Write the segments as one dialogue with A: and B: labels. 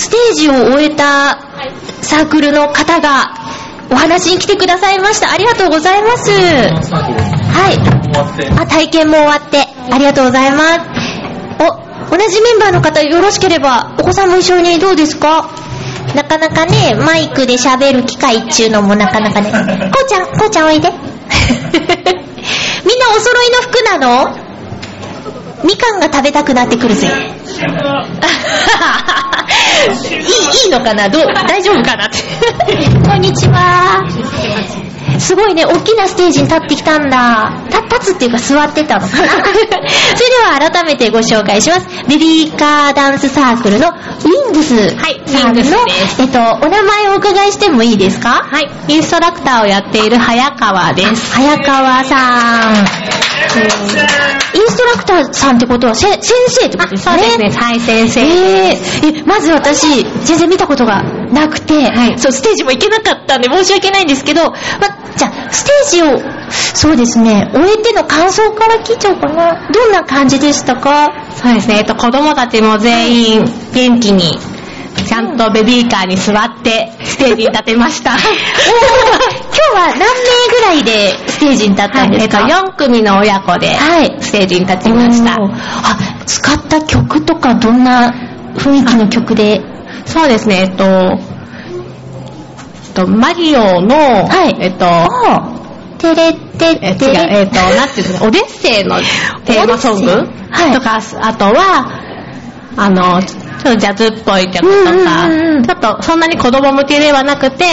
A: ステージを終えたサークルの方がお話に来てくださいました。ありがとうございます。はい。あ、体験も終わって、ありがとうございます。お、同じメンバーの方よろしければ、お子さんも一緒にどうですかなかなかね、マイクで喋る機会っていうのもなかなかね。こうちゃん、こうちゃんおいで。み んなお揃いの服なのみかんが食べたくなってくるぜ。いい、いいの かなどう、大丈夫かなって。 こんにちは。すごいね、大きなステージに立ってきたんだ。た立つっていうか座ってたのか な。それでは改めてご紹介します。ベビーカーダンスサークルのウィングス
B: はい
A: さんの、
B: ウィングスです
A: えっと、お名前をお伺いしてもいいですか
B: はい、インストラクターをやっている早川です。
A: 早川さん。インストラクターさんってことはせ先生ってことですね。
B: はい、先生。
A: えーえまず私、全然見たことがなくて、
B: はい
A: そう、ステージも行けなかったんで申し訳ないんですけど、ま、じゃあ、ステージを、そうですね、終えての感想から聞いちゃおうかな。どんな感じでしたか
B: そうですね、えっと、子供たちも全員元気に、ちゃんとベビーカーに座って、ステージに立てました。
A: おー今日は何名ぐらいでステージに立ったん
B: はい、
A: で
B: えっ
A: す
B: と、
A: か、
B: 4組の親子で、
A: はい
B: ステージに立ちました
A: お。ーあ、使った曲とかどんな雰囲気の曲で
B: そうですね、えっと、えっとマギオの、
A: はい
B: えっと、
A: てれってって
B: え
A: れ
B: 違う、えっ と、なんていうんですか、オデッセイのテーマソング
A: オデッセイはい
B: とか、あとは、あの、ちょっとジャズっぽい曲とか、
A: うんうんうん
B: ちょっとそんなに子供向けではなくて、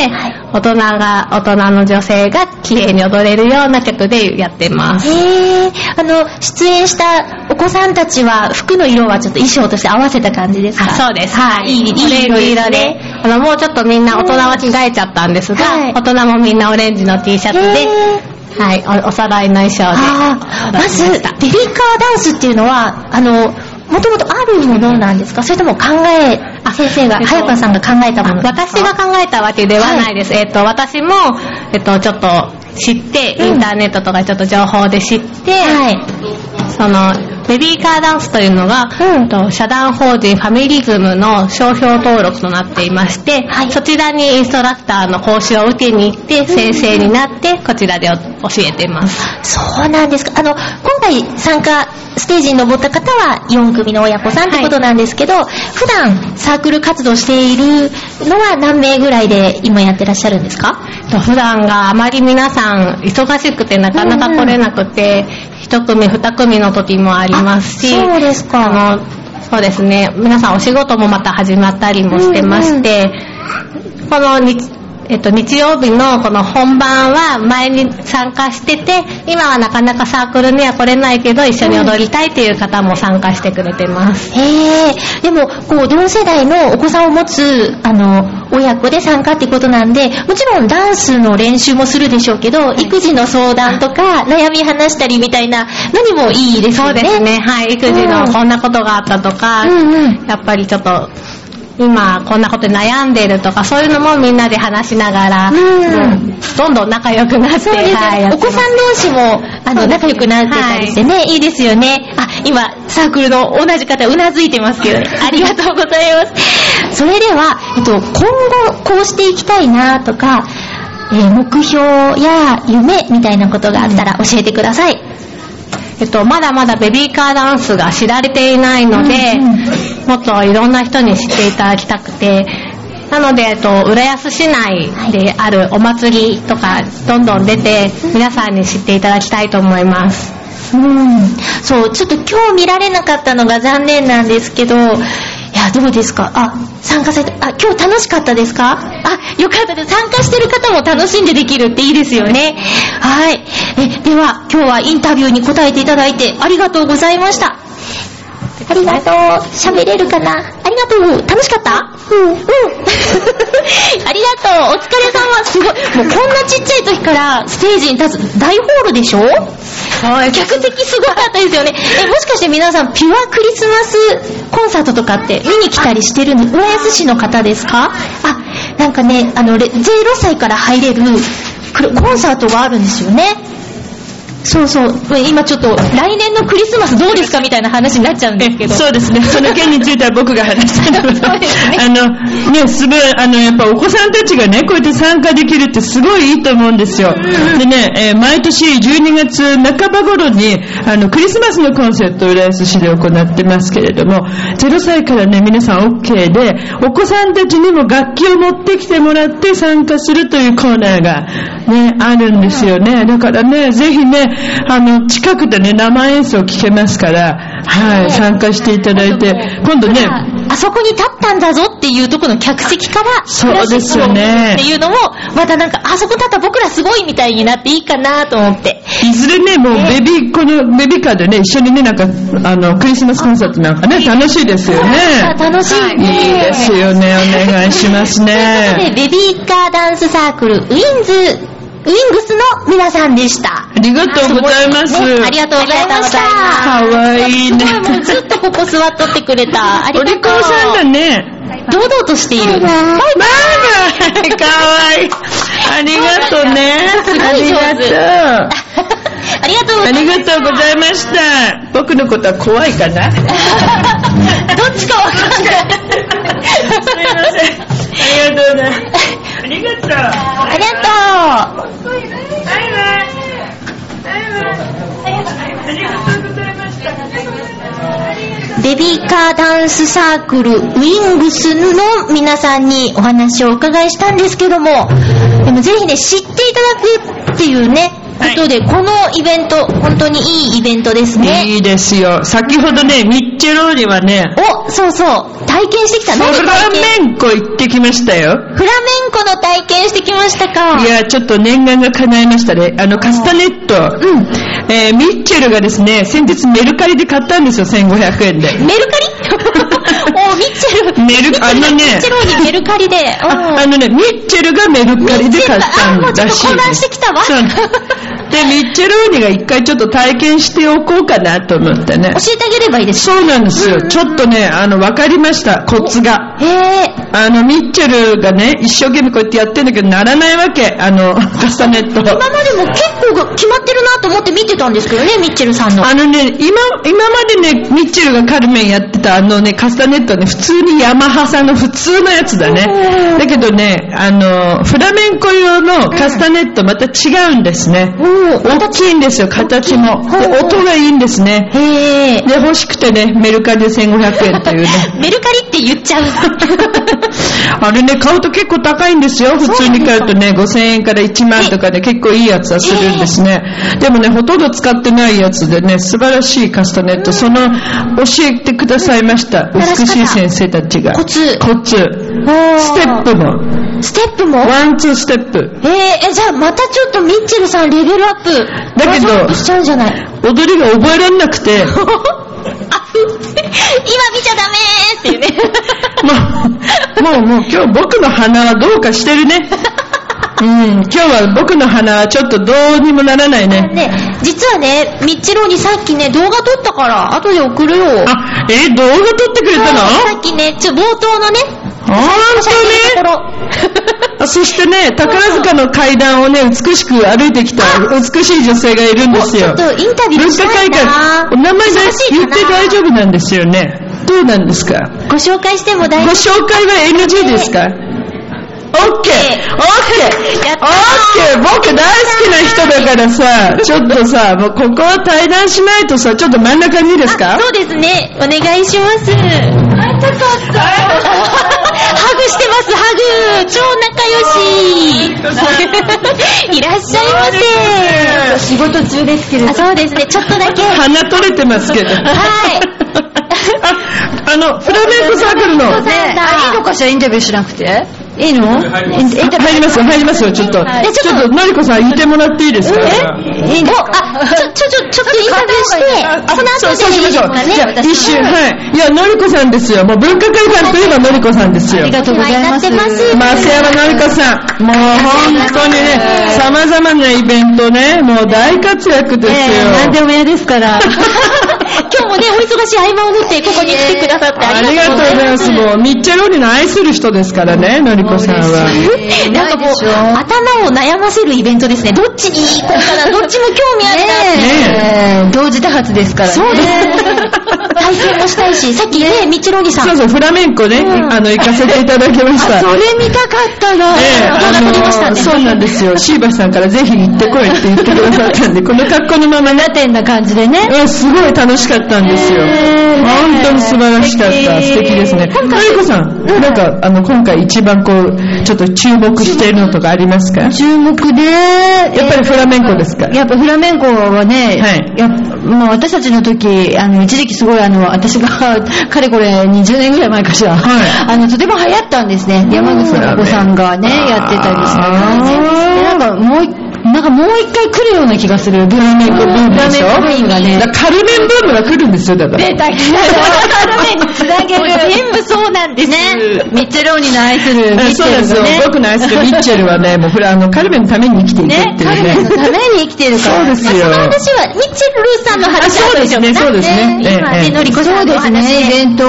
B: 大人が、大人の女性が綺麗に踊れるような曲でやってます。
A: へえ、あの、出演したお子さんたちは服の色はちょっと衣装として合わせた感じですか
B: あそうです。はい。
A: い
B: オレ
A: い
B: ンジ
A: いい色
B: 色
A: で
B: で
A: すね。
B: あの、もうちょっとみんな大人は着替えちゃったんですが、
A: はい
B: 大人もみんなオレンジの T シャツ
A: へ
B: で、
A: え
B: はい、おおさらいの衣装で。
A: あーまず、ベビーカーダンスっていうのは、あの、もともとあるものなんですかそれとも考え、先生が、
B: えっと
A: 早川さんが考えたものですか
B: 私が考えたわけではないです。えっと、私も、えっと、ちょっと知って、
A: うん
B: インターネットとかちょっと情報で知って、
A: はい。
B: その、ベビーカーダンスというのが、
A: うん
B: えっと社団法人ファミリズムの商標登録となっていまして、
A: はい
B: そちらにインストラクターの講習を受けに行って、先生になって、こちらで教えています。
A: そうなんですか。あの、今回参加、ステージに登った方は4組の親子さんってことなんですけど、普段サークル活動しているのは何名ぐらいで今やってらっしゃるんですか
B: えっと普段があまり皆さん忙しくてなかなか来れなくて、1組2組の時もありますし、
A: あそうですか。
B: あのそうですね皆さんお仕事もまた始まったりもしてまして、この日,、えっと、日曜日のこの本番は前に参加してて今はなかなかサークルには来れないけど一緒に踊りたいという方も参加してくれてます、
A: へえ、でも、こう、同世代のお子さんを持つ、あの、親子で参加ってことなんで、もちろんダンスの練習もするでしょうけど、育児の相談とか、悩み話したりみたいな、何もいいです
B: そ
A: よ
B: う
A: ね。
B: ですねはい育児のこんなことがあったとか、
A: うんうん。
B: やっぱりちょっと今こんなことで悩んでるとかそういうのもみんなで話しながら、
A: うん
B: どんどん仲良くなって
A: そうですね
B: はいやって
A: お
B: ます
A: 子さん同士も、あの、仲良くなってたりしてね、い、いですよね。あ、今、サークルの同じ方、うなずいてますけど、 ありがとうございます。それでは、えっと、今後、こうしていきたいなとか、えー目標や夢みたいなことがあったら教えてください。
B: えっと、まだまだベビーカーダンスが知られていないので、
A: うんうん
B: もっといろんな人に知っていただきたくて、なので、えっと、浦安市内であるお祭りとか、どんどん出て、皆さんに知っていただきたいと思います。
A: うん、そう、ちょっと今日見られなかったのが残念なんですけど、いや、どうですかあ、参加された、あ、今日楽しかったですかあ、よかったです。参加してる方も楽しんでできるっていいですよね。はい。え、では、今日はインタビューに答えていただいてありがとうございました。ありがとう。喋れるかなありがとう。楽しかったうん。うん。あり がとう。お疲れ様。すごい。もうこんなちっちゃい時からステージに立つ大ホールでしょ客席すごかったですよね。え、もしかして皆さん、ピュアクリスマスコンサートとかって見に来たりしてるの浦安市の方ですかあ、なんかね、あの、れ0歳から入れるくるコンサートがあるんですよね。そうそう。今ちょっと、来年のクリスマスどうですかみたいな話になっちゃうんですけど。
C: そうですね。その件については僕が話した
A: そ
C: の
A: うですね
C: あの、ね、すごい、あの、やっぱお子さんたちがね、こうやって参加できるってすごいいいと思うんですよ。でね、えー毎年12月半ば頃に、あの、クリスマスのコンセプトを浦安市で行ってますけれども、0歳からね、皆さん OK で、お子さんたちにも楽器を持ってきてもらって参加するというコーナーが、ね、あるんですよね。だからね、ぜひね、あの、近くでね、生演奏聞けますから、はい、参加していただいて、今度ね、
A: あそこに立ったんだぞっていうところの客席から、
C: そうですよね
A: クラシックをっていうのも、またなんか、あそこ立った僕らすごいみたいになっていいかなと思って。
C: いずれね、もうベビー、このベビーカーでね、一緒にね、なんか、あの、クリスマスコンサートなんかね、楽しいですよ
A: あ
C: ね。
A: 楽しいね。
C: いいですよね、お願いします
A: ということ
C: ね。
A: で、ベビーカーダンスサークル、ウィンズ、ウィングスの皆さんでした。
C: ありがとうございます。
A: ありがとうございました。
C: かわいいね。
A: すごいもうずっとここ座っとってくれた。あり
C: お
A: がとう。
C: 利口さんだね。
A: 堂々としている。
C: バイバイかわいい。ありがとうね。
A: すご
C: あ
A: い
C: り
A: 上手
C: がとう。
A: ありがとうございます
C: ありがとうございました。僕のことは怖いかな すいま
A: どっちかわかんない。
C: せん。ありがとうございます。ありがとう。
A: ありがとう。
C: バイバイ。ありがとうございました。
A: ベビーカーダンスサークルウィングスの皆さんにお話をお伺いしたんですけども、でもぜひね、知っていただくっていうね、
C: はい
A: ことで、このイベント、本当にいいイベントですね。
C: いいですよ。先ほどね、ミッチェローニはね、
A: お、そうそう、体験してきた。
C: フラ
A: 何体験
C: メンコ行ってきましたよ。
A: フラメンコの体験してきましたか。
C: いや、ちょっと念願が叶いましたね。あの、カスタネット。
A: うん。
C: えーミッチェルがですね、先日メルカリで買ったんですよ、1500円で。
A: メルカリお、ミッチェル。
C: メル
A: ミッチェル
C: あのね
A: ミッチェルにメルカ リで。うん
C: ああのね、ミッチェルがメルカリで買った
A: ミッチェルがあ
C: ん
A: もうちょっと
C: らしいです。
A: 混乱してきたわ
C: そうで、ミッチェルーニが一回ちょっと体験しておこうかなと思ってね
A: 教。えてあげればいいです。
C: そうなんです
A: うんうん
C: よ。ちょっとね、あの、わかりました、コツが。
A: へえ。
C: あの、ミッチェルがね、一生懸命こうやってやってんだけど、ならないわけ。あ の、カスタネット。
A: 今までも結構が決まってるなと思って見てたんですけどね、ミッチェルさんの。
C: あのね、今、今までね、ミッチェルがカルメンやってたあのね、カスタネットはね、普通にヤマハさんの普通のやつだ
A: う
C: ね
A: ん。
C: だけどね、あの、フラメンコ用のカスタネットまた違うんですね。
A: おー
C: 大きいんですよ、形も。
A: 大きい
C: で音がいいんですね。
A: へえ。
C: で、欲しくてね、メルカリで1500円というね。
A: メルカリって言っちゃう。
C: あれね、買うと結構高いんですよ。普通に買うとね、5000円から1万とかで結構いいやつはするんですね。でもね、ほとんど使ってないやつでね、素晴らしいカスタネット、その、教えてくださいました。
A: うん
C: 美しい先生たちが。
A: コツ
C: コツ。ステップも。
A: プ。ステップも
C: ワン、ツーステップ。
A: へえ、え、じゃあまたちょっとミッチェルさんレベルアップ。
C: だけ
A: レベ
C: ど
A: ルアップしちゃうんじゃない
C: 踊りが覚えられなくて、
A: あ今見ちゃダメーっていうね。
C: もう、もう、もう今日僕の鼻はどうかしてるね。うん、今日は僕の鼻はちょっとどうにもならないね。
A: ね、実はね、ミッチェルにさっきね、動画撮ったから、後で送るよ。
C: あ、え動画撮ってくれたの
A: さっきね、ちょ、冒頭のね、
C: 本当ねあ そしてね、宝塚の階段をね、美しく歩いてきた
A: あ
C: 美しい女性がいるんですよ。
A: おちょっとインタビューしたいな
C: 文化会館、お名前で
A: 忙しい
C: 言
A: か
C: っ
A: な
C: て大丈夫なんですよね。どうなんですか
A: ご紹介しても
C: ご
A: 大丈夫
C: 紹介は NG ですか ?OK!
A: やった
C: OK!OK! 僕大好きな人だからさ、ちょっとさ、もうここは対談しないとさ、ちょっと真ん中にいいですか
A: あそうですね。お願いします。あ、たかった。ハグしてます、ハグ。超仲良し。いらっしゃいませ。仕事中ですけれど。そうですね、ちょっとだけ。は
C: 鼻取れてますけど。
A: い。
C: あ、あの、フラメンコサークルの。
A: そうなんだ。いいのかしら、インタビューしなくて。いいの
C: 入りますよ、入りますよ、ちょっと。
A: はい
C: ちょっと、のりこさん、言ってもらっていいですか
A: えいいのあ、ちょ、ちょ、ちょ、ちょっとインタビューして、その後
C: そうそう
A: でいいで
C: しま
A: す
C: しょ
A: か
C: う。
A: ね
C: じゃあ、。一
A: 私
C: 瞬、はい。いや、のりこさんですよ。もう文化会館といえばのりこさんですよ。
A: ありがとうございます。
C: 松山のりこさん。もう本当にね、様々なイベントね、もう大活躍ですよ。
A: も屋ですから。今日日もね、お忙しい合間を縫って、ここに来てくださってあ
C: あ
A: り
C: り
A: が
C: が
A: と
C: と
A: うご
C: う
A: ざ
C: ござ
A: い
C: い
A: ま
C: ますす。。もう、ミッチェローニの愛する人ですからね、のりこさんは。
A: なんかもう、頭を悩ませるイベントですね。どっちに行こうかな、どっちも興味あるなって。
D: ねえ同時多発ですからね。
A: そうですね。対戦もしたいし、さっきね、みちろにさん。
C: そうそう、フラメンコね、
A: うん
C: あの、行かせていただきました。
D: それ見たかったな。
C: ええ
A: 動画撮りましたね
C: あのそうなんです よ。椎橋さんからぜひ行ってこいって言ってくださったんで、この格好のまま ね、
D: ラテンな感じでね。
C: うんすごい楽しかったんですよ。
D: ええ
C: 本当に素晴らしかった。素
D: 素敵
C: 敵ですね。のりこさん、なんか、あの、今回一番こう、ちょっと注目しているのとかありますかやっ
D: 注目で、や
C: ぱりフラメンコですか
D: やっぱフラメンコはね、
C: はい
D: やもう私たちの時、あの、一時期すごいあの、私が、 かれこれ20年ぐらい前かしら、
C: はい
D: あの、とても流行ったんですね。山口のお子さんがね、やってたりした感じでなんかもう一、なんかもう一回来るような気がする、ブラメンコブームでしょ。
C: フラメンコブーム
D: がね
C: だ。からカルメンブームが来るんですよ、だから。
D: 出た、来たよ。ブラメンコつ なげる。全部そうなんですね。ミッチェローニの愛するミ
C: え
D: ッチ
C: そう
D: ェ
C: で
D: ル
C: す
D: が
C: よ。
D: ね。
C: 僕の愛する ミッチェルはね、もうフラ、あの、カルメンのために生きていくっていう
D: 彼
C: ね。
D: らのために生きてるから。
C: そうですよ
A: その。話は、ミッチェルルーさんの話
C: あそうですね
A: だ
C: そうですねええ
A: 今ね、
C: ええ
A: のりこさ
D: そうん
A: の
D: で
A: お
D: す
A: 話で。
D: ね、イベント、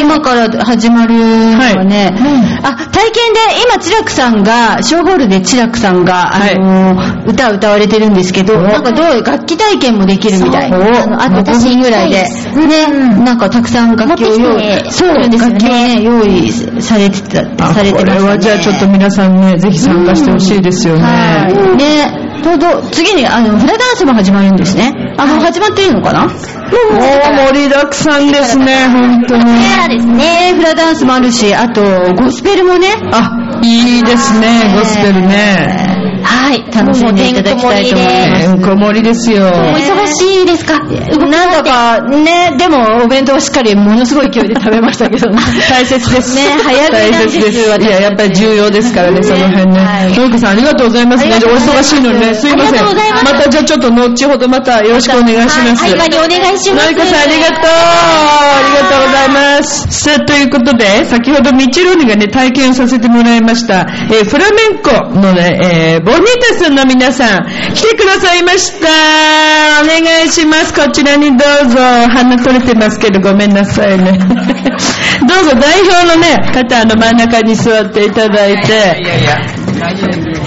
D: 今から始まるのはね、あ、体験で今、チラクさんが、ショーホールでチラクさんが、あの歌を歌われてるんですけど、なんかどう、楽器体験もできるみたい。
C: そう
D: あのあと5分ぐらいで、ね、なんかたくさん楽器を用
A: 持ってきて
D: 意、そう、
A: るんですよね
D: 楽器をね、用意されてた、
C: あ
D: されてました、ね。
C: これはじゃあちょっと皆さんね、ぜひ参加してほしいですよね。
D: はい。で、ちょうど次に、あの、フラダンスも始まるんですね。あ、もう始まってるのかな
C: もう盛りだくさんですね、本当に。
A: セアですね。
D: ねフラダンスもあるし、あと、ゴスペルもね、
C: あ、いいですね、ゴスペルね。
A: はい。
D: 楽しんでいただきたいと思います
A: もうてんこ盛りで
C: ねうんこ盛りですよ。
A: お忙しいですか
D: なんだかね、でもお弁当をしっかりものすごい勢いで食べましたけ どね。
C: 大切です。
D: ね早食いなん
C: 大
D: です
C: 切です。いや、やっぱり重要ですからね、その辺
D: は
C: ね。
D: い
C: トイコさん、ありがとうございますね。お忙しいのにね、すいません。
A: ありがとうございます
C: たじゃあちょっと後ほどまたよろしくお願いします。
A: はい、合間にお願いします。
C: のりこさんありがとうありがとうございますさあということで先ほどミッチェローニがね体験をさせてもらいました、えーフラメンコのね、えーボニータさんの皆さん来てくださいましたお願いしますこちらにどうぞ鼻取れてますけどごめんなさいね どうぞ代表のね方あの真ん中に座っていただいて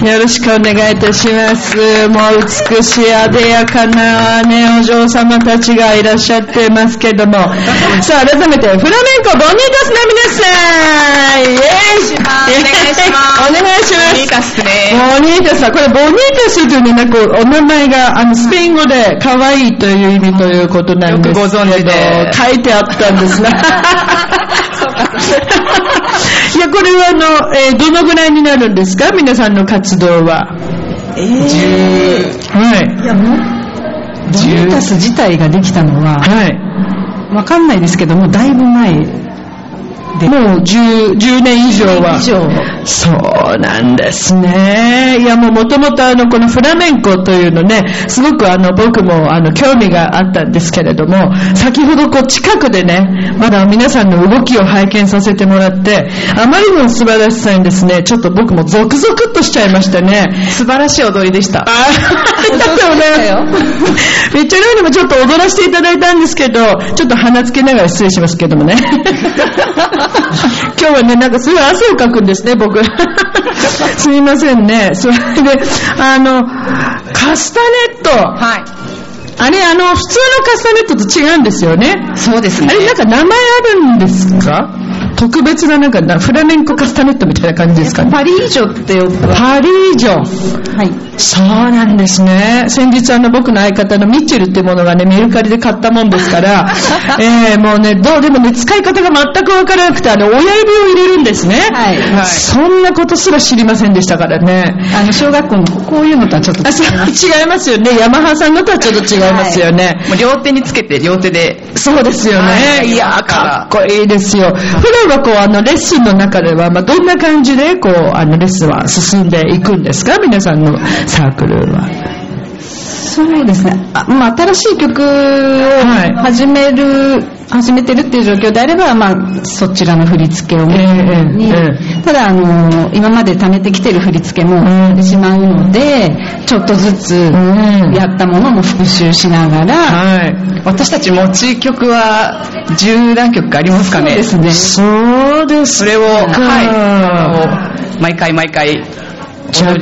C: よろしくお願いいたします。もう美しい、あでやかなね、お嬢様たちがいらっしゃってますけ ども。さあ、改めて、フラメンコボニータスの皆さんイェーイ お願いします。ボニータスボニータスは、これボニータスというね、なんかお名前が、あの、スペイン語で、可愛いという意味ということなんですけど、書いてあったんですね。いや、これはあの、えーどのぐらいになるんですか皆さんの活動は。えー、はい。いや、もう、
E: ボニータス自体ができたのは、
C: は
E: わかんないですけども、だいぶ前
C: い。もう 10, 10年以上は。
E: 以上、
C: そうなんですね。いや、もうもともとあの、このフラメンコというのね、すごくあの、僕もあの、興味があったんですけれども、先ほどこう、近くでね、まだ皆さんの動きを拝見させてもらって、あまりの素晴らしさにですね、ちょっと僕もゾクゾクっとしちゃいましたね。
E: 素晴らしい踊りで した。
C: ありがとうございます。めっちゃ料理もちょっと踊らせていただいたんですけど、ちょっと鼻つけながら失礼しますけど もね。今日はね、なんかすごい汗をかくんですね、 僕。すみませんね。それで、あの、カスタネット。
E: はい。
C: あれ、あの、普通のカスタネットと違うんですよね。
E: そうです
C: あれ、なんか名前あるんですか特別ななんかな、フラメンコカスタネットみたいな感じですかね。
E: パリージョって呼ぶ。
C: パリージョ。
E: はい。
C: そうなんですね。先日あの僕の相方のミッチェルってものがね、メルカリで買ったもんです から、えー、もうね、どうでもね、使い方が全くわからなくて、あの、親指を入れるんですね。
E: はいはい
C: そんなことすら知りませんでしたからね。
E: あの、小学校のこういうのとはちょっと
C: あ、そう違いますよね。ヤマハさんのとはちょっと違いますよね。
F: もう両手につけて両手で
C: そうですよね。、
F: はいい
C: やー、かっこいいですよ。普段はこう、あの、レッスンの中では、まあ、どんな感じで、こう、あの、レッスンは進んでいくんですか皆さんのサークルは。
E: そうですね。あまあ、新しい曲を
C: はい
E: 始める、始めてるっていう状況であれば、まあ、そちらの振り付けを
C: ええ
E: メインに
C: えええ
E: ただ、だあの今まで貯めてきてる振り付けもしまうので、ちょっとずつやったものも復習しながら、
F: 私たち持ち曲は十何曲ありますかね
E: そうですね
C: そうです
F: それを、はいあの毎回毎回
C: じゃあ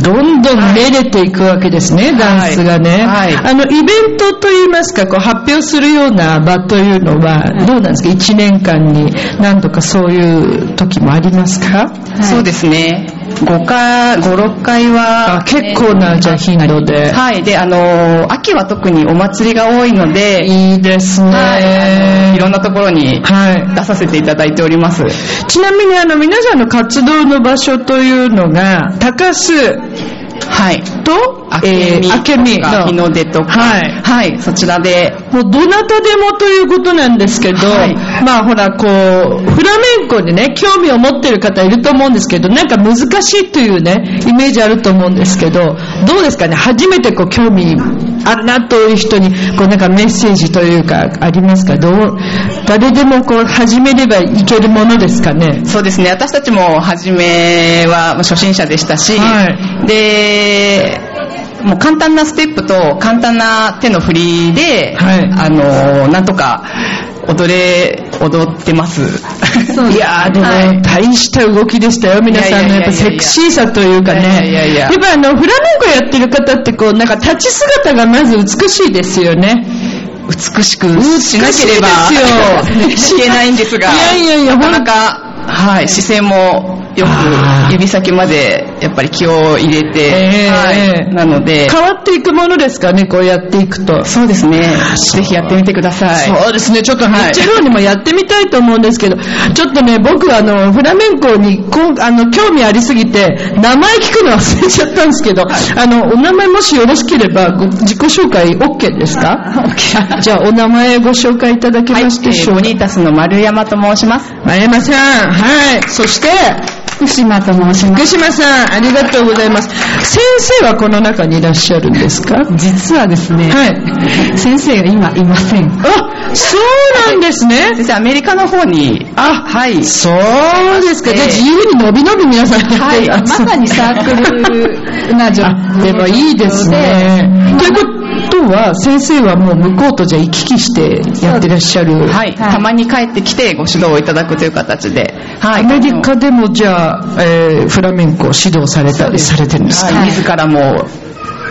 C: どんどん練れていくわけですね、ダンスがね、
F: はいはい
C: あのイベントといいますかこう発表するような場というのはどうなんですか1年間に何度かそういう時もありますか
F: そうですね5回56回は
C: あ結構なじゃあ頻度で、
F: はいであの秋は特にお祭りが多いので
C: いいですね、
F: はいあのいろんなところに
C: はい
F: 出させていただいております
C: ちなみにあの皆さんの活動の場所というのが高須
F: はい
C: と
F: あ
C: え
F: けみ
C: ー明美
F: とか日
C: の
F: の出とか
C: はい
F: はい、そちらで
C: もうどなたでもということなんですけど、
F: はい
C: まあほらこうフラメンコにね興味を持ってる方いると思うんですけどなんか難しいというねイメージあると思うんですけどどうですかね初めてこう興味あんなという人にこうなんかメッセージというかありますかどう誰でもこう始めればいけるものですかね
F: そうですね私たちも初めはまあ初心者でしたし、
C: は
F: でもう簡単なステップと簡単な手の振りで、
C: はい
F: あのなんとか踊れ踊ってます
C: いやーでも、
F: はい
C: 大した動きでしたよ皆さん
F: い
C: の
F: やいやいやいや
C: やっぱセクシーさというかね
F: いやいやいや
C: やっぱあのフラメンコやってる方ってこうなんか立ち姿がまず美しいですよね
F: 美しくしなければ
C: 美しいですよ
F: 消えないんですが
C: いやいやいや
F: なかなか、はい、視線もよ
C: あー
F: く指先までやっぱり気を入れて、
C: ええええ
F: はい、なので
C: 変わっていくものですかねこうやっていくと
F: そうですねぜひやってみてください
C: そうですね、ちょっとミ
F: はい
C: ッチェローにもやってみたいと思うんですけど、ちょっとね、僕はあの、フラメンコにこうあの興味ありすぎて、名前聞くの忘れちゃったんですけど、あの、お名前もしよろしければ、ご自己紹介 OK ですかじゃあ、お名前ご紹介いただけ
F: はい、え
C: ますでし
F: ー、
C: ょう
F: ボ
C: か。
F: ニータスの丸山と申します。
C: 丸山さん、はい。そして、
E: 福島と申します
C: 福島さん、ありがとうございます。先生はこの中にいらっしゃるんですかは
E: 実はですね、
C: い。
E: 先生が今いません
C: あ、そうなんですね。
F: 先生、アメリカの方に、
C: あ、
F: はい、
C: そうですか。
F: ええ
C: じゃあ自由に伸び伸び皆さんやって
E: はい、まさにサークルな状
C: あ、でもいいですね。ということは、先生はもう向こうとじゃあ行き来してやってらっしゃる。
F: はい、たまに帰ってきてご指導をいただくという形で、は
C: ア
F: い、
C: メリカでもじゃあ、えーフラメンコを指導されたりされてるんですか、
F: はい、自らも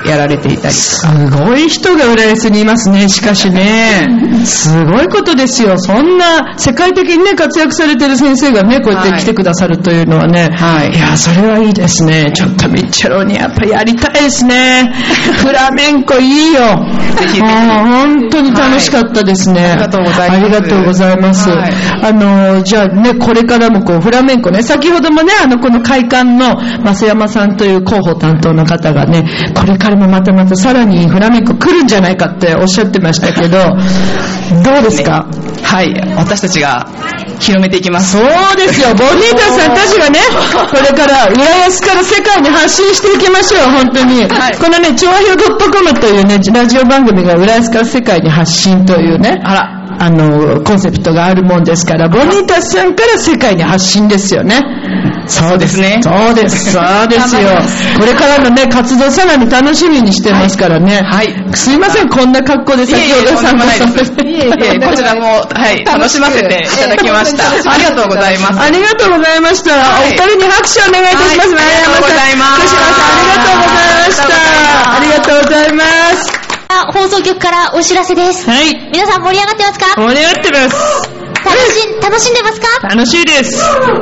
F: やられていたり。
C: すごい人が浦安にいますね、しかしね。すごいことですよ。そんな世界的にね、活躍されてる先生がね、こうやって来てくださるというのはね。
F: はい
C: いや、それはいいですね。ちょっとミッチェロにやっぱやりたいで すね。フラメンコいいよ。も
F: ぜひぜひ
C: う本当に楽しかったですね。あ
F: りがとうございます
C: ありがとうございます。
F: はい
C: あの、じゃあね、これからもこう、フラメンコね、先ほどもね、あの、この会館の増山さんという広報担当の方がね、これからもまたまたさらにフラメンコ来るんじゃないかっておっしゃってました けど、どうですか、
F: はい、私たちが広めていきます。
C: そうです よ、ボニータさんたちがね、これから浦安から世界に発信していきましょう、本当に。
F: はい
C: このね、調和表 .com というね、ラジオ番組が浦安から世界に発信というね、
F: あら、
C: あの、コンセプトがあるもんですから、ボニータさんから世界に発信ですよね。そうです
F: ね
C: そうです、そうですよ
F: 頑張ります。
C: これからのね、活動さらに楽しみにしてますからね。
F: はい。
C: すいません、こんな格好で
F: いえい
C: 先ほ
F: え、
C: ど
F: とん
C: 参
F: でも
C: 加
F: ない
C: させ
F: です。
C: て。
F: いえ いえ、こちらも、はい、楽しませていただきました。ありがとうございます。
C: ありがとうございました。
F: はい
C: お二人に拍手をお願いいたします。
F: はいありがとうございます
C: 福島さん、ありがとうございました。
A: あ放送局からお知らせです。
C: ありがとうございます。はい。
A: 皆さん盛り上がってますか
C: 盛り上がってます。
A: 楽しん、楽しんでますか
C: 楽しいです。
A: 体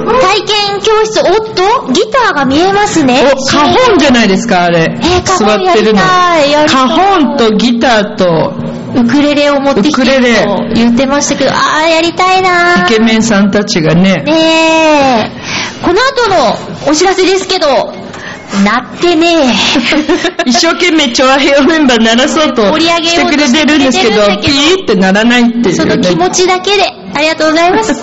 A: 験教室、おっとギターが見えますね。
C: お、カホンじゃないですか、あれ。
A: えー、カ
C: 座
A: ホンや
C: って
A: り
C: るの。
A: たい。やりたい
C: カホンとギターと
A: ウクレレを持ってきて
C: ウクレレ
A: と言ってましたけど、あー、やりたいな
C: イケ
A: ー。
C: メンさんたちがね、
A: ねえ。この後のお知らせですけど、なってねえ。
C: 一生懸命調和平和メンバー鳴らそうと
A: 盛り上げ
C: して
A: よう
C: く
A: と
C: れてるんですけど
A: してくれてるんだ、け
C: ピ
A: ど
C: ーってならないってい
A: そう
C: ね
A: の気持ちだけで、ありがとうございます。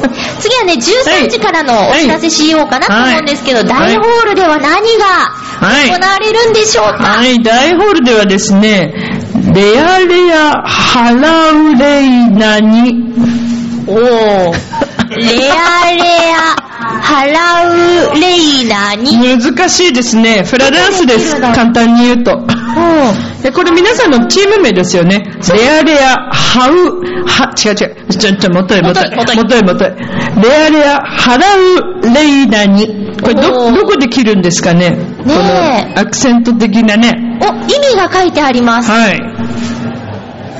A: 次はね、13時からのお知らせしようかなと思うんですけど、
C: はい
A: 大ホールでは何
C: い
A: が行われるんでしょうか、
C: はい、大ホールではですね、レアレアハラウレイナに、
A: レアレア、払うレイナに。
C: 難しいですね。フラダンスです。簡単に言うと。でこれ皆さんのチーム名ですよね。レアレア、ハウ、は、違う違う。ちょ、ちょ、もといもとい。もといもといもとい。レアレア、払うレイナに。これど、どこで切るんですかねこ
A: ね
C: のアクセント的なね。
A: え。お、意味が書いてあります。
C: はい。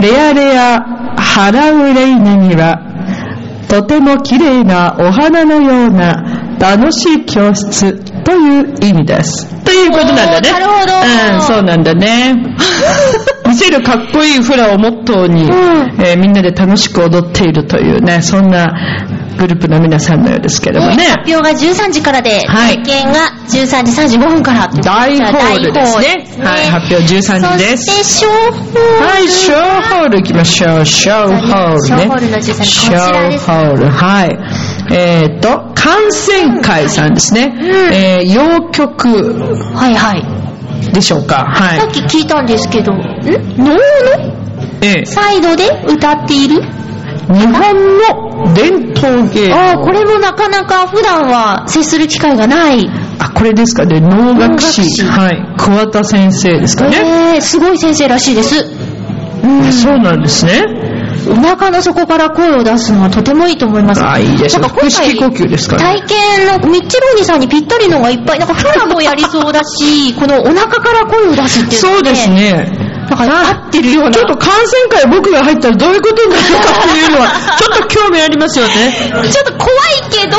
C: レアレア、払うレイナには、とても綺麗なお花のような楽しい教室という意味です。ということなんだね。
A: おーなるほど
C: うん、そうなん だね。見せるかっこいいフラをモットーに、えーみんなで楽しく踊っているというね、そんなグループの皆さんのようですけれども
A: ね
C: ね。
A: 発表が13時からで、
C: はい
A: 体験が13時35分から。
C: 大ホールですね。はい、発表13時です。
A: そして、ショーホール。
C: はい、ショーホール行きましょう。ショーホールね。
A: ショーホールの13こちらです
C: ショーホール、はい。えっ、と、観戦会さんですね。えー、洋曲
A: はいはい。
C: でしょうか。はい
A: さっ。き聞いたんですけど、ん
C: 能のええ
A: サイドで歌っている
C: 日本の伝統芸
A: ああ、こ
C: 能。
A: れもなかなか普段は接する機会がない。
C: あ、これですかね。能楽師。はい。桑田先生ですかね。
A: えー、すごい先生らしいです。
C: そうなんですね。
A: お腹の底から声を出すのはとてもいいと思います。
C: あ、いいです
A: な
C: ね。
A: んか今
C: 腹
A: 回
C: 式呼吸ですからね。
A: 体験のミッチェローニさんにぴったりのがいっぱい、なんかフラもやりそうだ し、このお腹から声を出すっていうの
C: そうです。ね。
A: なんか合ってるような。
C: ちょっと感染会僕が入ったらどういうことになるのかっていうのは、ちょっと興味ありますよね。
A: ちょっと怖いけど、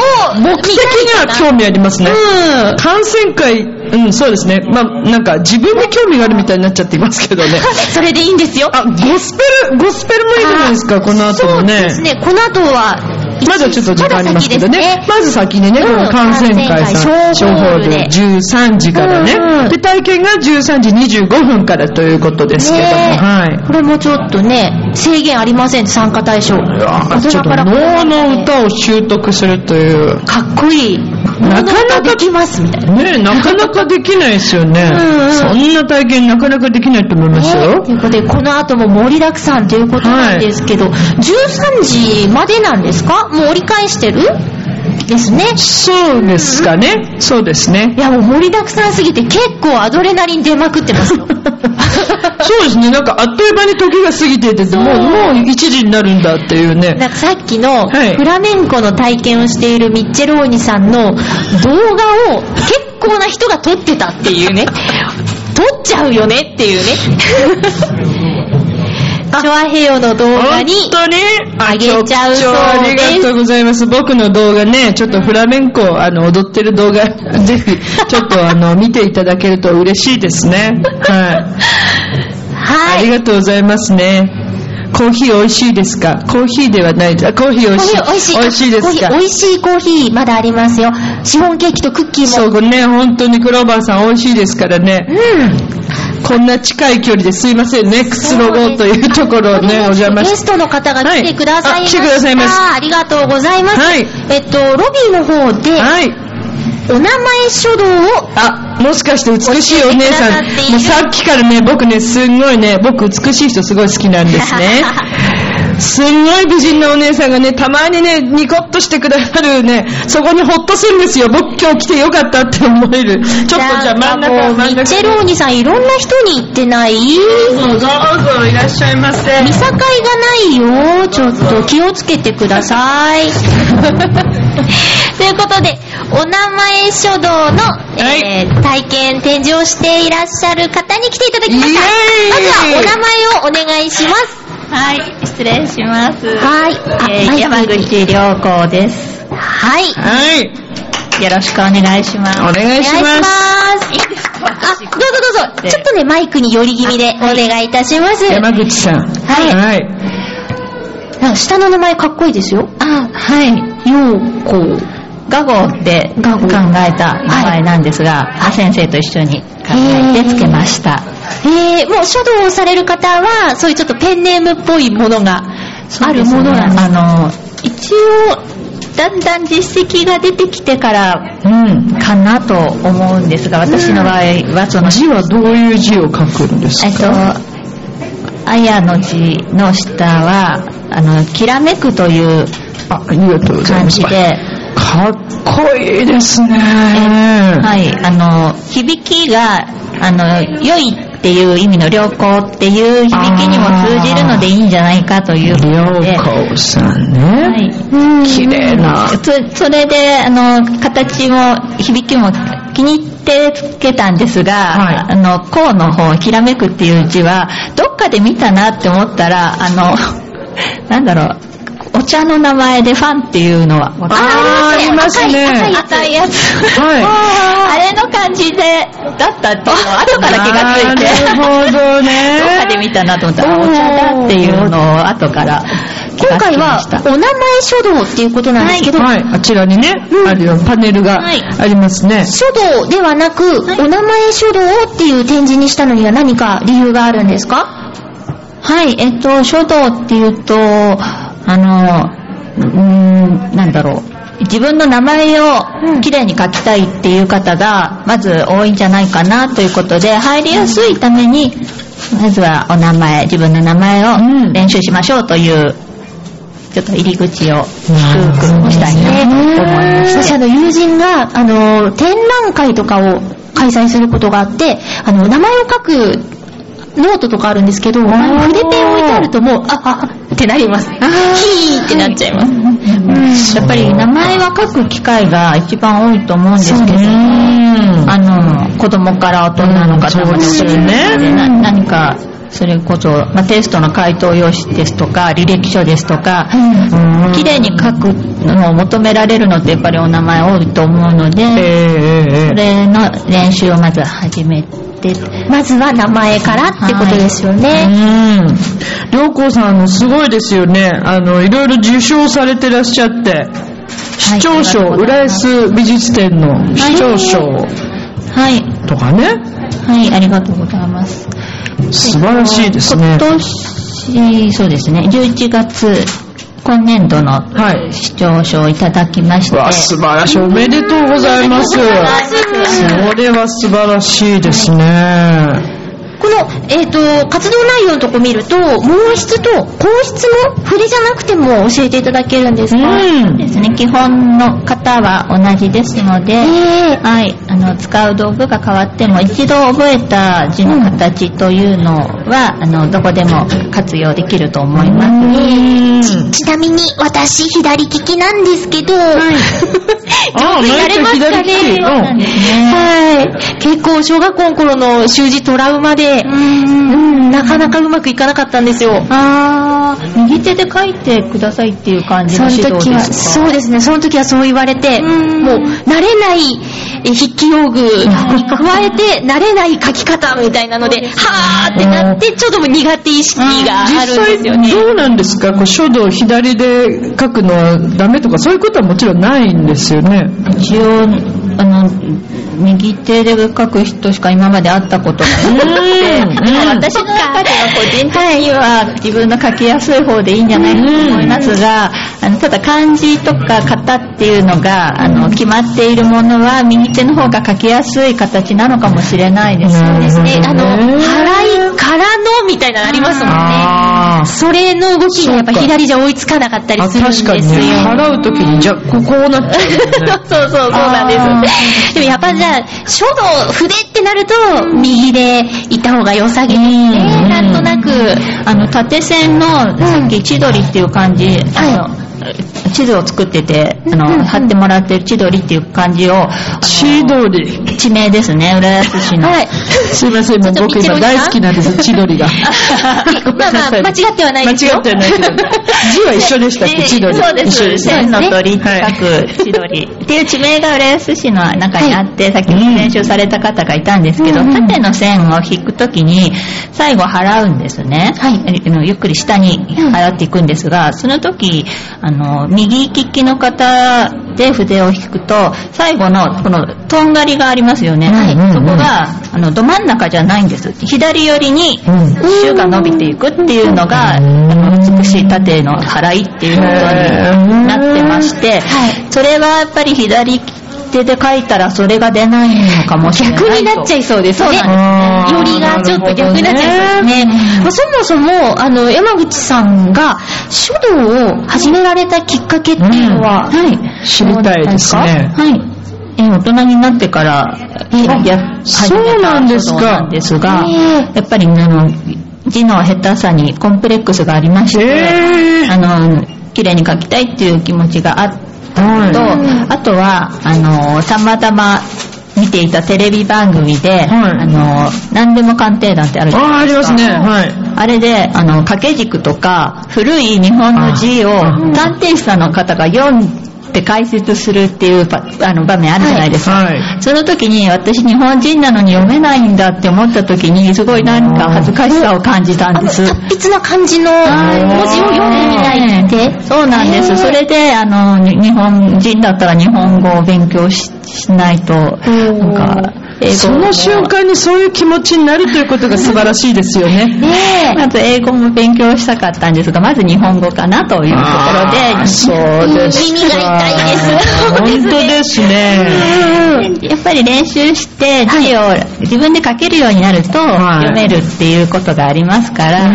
C: 僕的には興味ありますね。
A: うん。
C: 感染会、うん、そうですね。まあ、なんか自分で興味があるみたいになっちゃっていますけどね。
A: それでいいんですよ。
C: あ、ゴスペル、ゴスペルもいいじゃないですか、この後
A: そ
C: も
A: う
C: ね
A: で。すね。この後は、
C: まだちょっと時間ありますけど
A: まだ先
C: ね
A: で。す
C: まず先にね、
A: うん
C: この感染会さん、
A: ショ
C: 小
A: ーホ
C: ホ
A: ー
C: ー
A: ル
C: ル
A: で
C: 13時か
A: うん
C: ら
A: うん
C: ね。で、体験が13時25分からということですけども、
A: ね
C: はい。
A: これもちょっとね、制限ありません、参加対象。大
C: ちょ
A: 人
C: っと
A: から子供ま
C: 能
A: で
C: の歌を習得するという。
A: かっこいい。
C: なかなか
A: できます、みたいな。
C: ねえ、なかなかできないですよね。
A: うんうん
C: そんな体験なかなかできないと思います
A: ね
C: よ
A: と。いうことで、この後も盛りだくさんということなんですけど、13時までなんですかもう折り返してるですね。
C: そうですかね。そうですね
A: い。や、もう盛りだくさんすぎて結構アドレナリン出まくってますよ。
C: そうですね。なんかあっという間に時が過ぎてて、もう、もう1時になるんだっていうね。
A: なんかさっきの
C: はい
A: フラメンコの体験をしているミッチェローニさんの動画を結構な人が撮ってたっていう ね。撮っちゃうよねっていうね。チョアヘヨの動画
C: 本
A: に
C: 当に
A: あげちゃう
C: 局長
A: そう
C: あ
A: です
C: りがとうございます。僕の動画ね、ちょっとフラメンコ、あの、踊ってる動画、 ぜひ、ちょっとあ の、見ていただけると嬉しいですね。はい。
A: は
C: あり
A: い。
C: がとうございますね。コーヒー美味しいですかコーヒーではないです。あコーヒー美
A: コー
C: 味
A: ヒ
C: しい。
A: ー美味しい。
C: 美味しいで
A: コー
C: す
A: ヒー
C: か
A: 美味しいコーヒー、まだありますよ。シフォンケーキとクッキーも。
C: そうね、本当にクローバーさん美味しいですからね。こんな近い距離ですいませんね。くつろごうというところをね、お邪魔
A: ゲ
C: し
A: ストの方が来てくださいました。
C: はいあ来てくださいました
A: ありがとうございます。
C: はい
A: えっと、ロビーの方で、
C: て。はい。
A: お名前書道を、
C: あ、もしかして美しいお姉
A: 教えて
C: さん。
A: くださっている
C: もうさっきからね、僕ね、すんごいね、僕美しい人すごい好きなんです ね。すんごい美人なお姉さんがね、たまにね、ニコッとしてくださるね、そこにホッとするんですよ。僕今日来てよかったって思える。ちょっとじゃあ真ん
A: な
C: 中、
A: んかも
C: 真
A: うんミッ
C: 中。
A: チェローニさんいろんな人に言ってない
C: どうぞいらっしゃいませ。
A: 見境がないよ。ちょっと気をつけてくださ い。ということで、お名前書道の、えー体験展示をしていらっしゃる方に来ていただきました。
C: イエーイ
A: まずはお名前をお願いします。
G: はい、失礼します。
A: はい。
G: えー
A: マ
G: 山
A: イクに
G: 口良子です。
A: はい。
C: はい。
G: よろしくお願いします。
C: お願いします。
A: す。いいですかあ、どうぞどうぞ。ちょっとね、マイクに寄り気味でお願いいたします。
C: 山口さん。
A: はい
C: はい。
A: なんか下の名前かっこいいですよ。
G: あ、はい。ようこ。ガゴって考
A: ガゴ
G: えた名前なんですが、先生と一緒に考えてつけました。
A: えー、もう書道をされる方は、そういうちょっとペンネームっぽいものがあるものなんです。
G: あの、一応、だんだん実績が出てきてから、うん、かなと思うんですが、私の場合はその、
C: 字はどういう字を書くんです
G: えっと
C: か、
G: あやの字の下は、あの、きらめくという
C: あ、ありがとうござい
G: 感
C: ます
G: じ。で、、
C: かかっこいいですね。はい
G: あの、響きが、あの、良いっていう意味の良好っていう響きにも通じるのでいいんじゃないかということで。。
C: 良好さんね。はい綺麗な。
G: そそれで、あの、形も、響きも気に入ってつけたんですが、はい、あの、こうの方、きらめくっていう字は、どっかで見たなって思ったら、あの、 なんだろう、お茶の名前でファンっていうのは分か
C: ありますね。
G: 赤いやつ。
C: はい。
G: あれの感じで、だったっていうのを後から気がついて。
C: なるほど ね。
G: どっかで見たなと思ったら、お茶だっていうのを後から気
A: 今
G: がつ
A: 回
G: きま
A: は
G: した。
A: お名前書道っていうことなんですけど、
C: はい、あちらにね、あるよパネルが
A: はい
C: ありますね。
A: 書道ではなく、お名前書道っていう展示にしたのには何か理由があるんですか
G: はい、えっと、書道っていうと、あの、うーん、なんだろう。自分の名前をきれいに書きたいっていう方が、まず多いんじゃないかなということで、入りやすいために、まずはお名前、自分の名前を練習しましょうという、ちょっと入り口を低くしたいなと思いまし
A: 私
G: て
A: あの友人が、あの、展覧会とかを開催することがあって、あの、名前を書くノートとかあるんですけど、あの筆ペン置いてあるともう、あ、あ、ってなります。
G: ヒーってなっちゃいます。やっぱり名前は書く機会が一番多いと思うんですけど、あの、子供から大人の方まで、
C: そうですね
G: な何か、それこそ、まあ、テストの回答用紙ですとか、履歴書ですとか、綺麗に書くのを求められるのってやっぱりお名前多いと思うので、それの練習をまず始めて、
A: まずは名前からってことですよね。
C: うん。良子さん、あの、すごいですよね。あの、いろいろ受賞されてらっしゃって、市長賞、
G: ありがとうござ
C: 浦
G: います
C: 安美術展の市長賞
G: はい、
C: とかね、
G: はい、ありがとうございます。
C: 素晴らしいですね。
G: 今年、そうですね、11月、今年度の
C: はい。
G: 視聴賞をいただきまして、
C: うわ、素晴らしい。おめでとうございます。それは素晴らしいですね。
A: この、えっ、と、活動内容のとこ見ると、毛筆と硬質も筆じゃなくても教えていただけるんです
C: う
A: か、
C: ん。
G: ですね、基本の方は同じですので、はい、あの使う道具が変わっても一度覚えた字の形というのは、あのどこでも活用できると思います。
A: ちちなみに、私、左利きなんですけど、
C: あ、
A: やれますかね
C: 左利き
A: はい。結構、小学校の頃の習字トラウマで、うん、なかなかうまくいかなかったんですよ。
G: あー右手で書いてくださいっていう感じ
A: そ
G: の
A: の
G: 指導
A: 時
G: で
A: は、
G: す
A: そうですね、その時はそう言われて、もう、慣れないえ筆記用具 に加えて、慣れない書き方みたいなので、はーってなって、ちょっともう苦手意識があるんですよね。
C: 実際どうなんですかこう書道左で書くのはダメとかそういうことはもちろんないんですよね。
G: か一応あの右手で書く人しか今まで会ったことない私の中では個人的には自分の書きやすい方でいいんじゃないかと思いますが、あのただ漢字とか型っていうのがあの決まっているものは右手の方が書きやすい形なのかもしれないですね。
A: ですね。あの、
C: うん
A: 払いからのみたいなのありますもんね。
C: あー
A: それの動きにやっぱ左じゃ追いつかなかったり
C: あ
A: するんです
C: 確
A: よ。
C: かにね払う時にじゃあこうこうなっちゃうよね
A: そうそうそうなんです。でもやっぱじゃあ、書道、筆ってなると、右でいた方が良さげですね。なんとなく。
G: あの縦線のさっき千鳥っていう漢字、あの地図を作っててあの、貼ってもらってる千鳥っていう漢字を
C: 千鳥。
G: 地名ですね浦安市の、
C: すいません、もう僕今大好きなんです、千鳥が。 ごめん
A: まあ
C: な
A: まあ、
C: さい
A: 間違ってはない
C: 間違
A: で
C: っ
A: すよ。
C: てないけど。字は一緒でしたっけ、千鳥。
G: そうです
C: 一緒ですね。
G: 千の鳥って
C: はい
G: 書く千鳥っていう地名が浦安市の中にあって、さっき練習された方がいたんですけど、縦の線を引くときに最後払うんですね、えあのゆっくり下に払っていくんですが、その時あの右利きの方で筆を引くと最後のこのとんがりがありますよね、そこがあのど真ん中じゃないんです左寄りに手が伸びていくっていうのが、あの美しい縦の払いっていうことになってまして、それはやっぱり左利手で書いたらそれが出ないのかもしれないと。
A: 逆になっちゃいそうですね。
G: そうなんですね
A: よりがちょっと逆になっちゃいそうですね。まあそもそも、あの、山口さんが書道を始められたきっかけっていうのは、
G: はい。
C: 知りたいです
G: そ
C: ね
G: うなんですかはい。え大人になってから、や始めた
C: そうなんですか
G: ことなんですが、
A: え
G: やっぱり、あの、字の下手さにコンプレックスがありまして、
C: えー
G: あの、綺麗に書きたいっていう気持ちがあったのと、あとは、あの、たまたま見ていたテレビ番組で、あの、何でも鑑定団ってあるじゃ
C: ああ、
G: な
C: あ
G: い
C: り
G: で
C: ます
G: か。
C: すね。はい。
G: あれで、あの、掛け軸とか、古い日本の字を、鑑定士さんの方が読んで解説するっていうばあの場面あるじゃないですか。
C: はい。
G: その時に、私日本人なのに読めないんだって思った時に、すごい何か恥ずかしさを感じたんです。
A: 達筆な感じの
G: はい
A: 文字を読んでみたいって。
G: そうなんで
A: へー
G: す。それで、あの、に日本人だったら日本語を勉強ししないと、なんか、英語
C: その瞬間にそういう気持ちになるということが素晴らしいですよね。
A: ね
G: まず英語も勉強したかったんですが、まず日本語かなというところで、
C: そう
A: 耳が
C: です。
A: 痛いです。
C: 本当ですね。
G: やっぱり練習して字を自分で書けるようになると
C: はい
G: 読めるっていうことがありますから、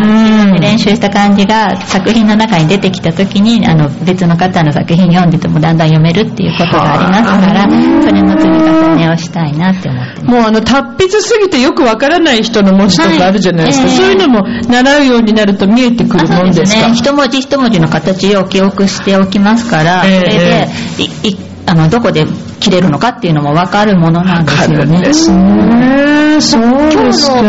G: 練習した感じが作品の中に出てきた時にあの別の方の作品読んでてもだんだん読めるっていうことがありますから、それの積み重ねをしたいなって思ってます。
C: もうあの、達筆すぎてよくわからない人の文字とかあるじゃないですか。そういうのも習うようになると見えてくる
G: あそ
C: も
G: うんで
C: です
G: す
C: か
G: ね。一文字一文字の形を記憶しておきますから、
C: ええ
G: それで、いいあのどこで切れるのかっていうのも分かるものなんですよね。
C: ですね。そうですか。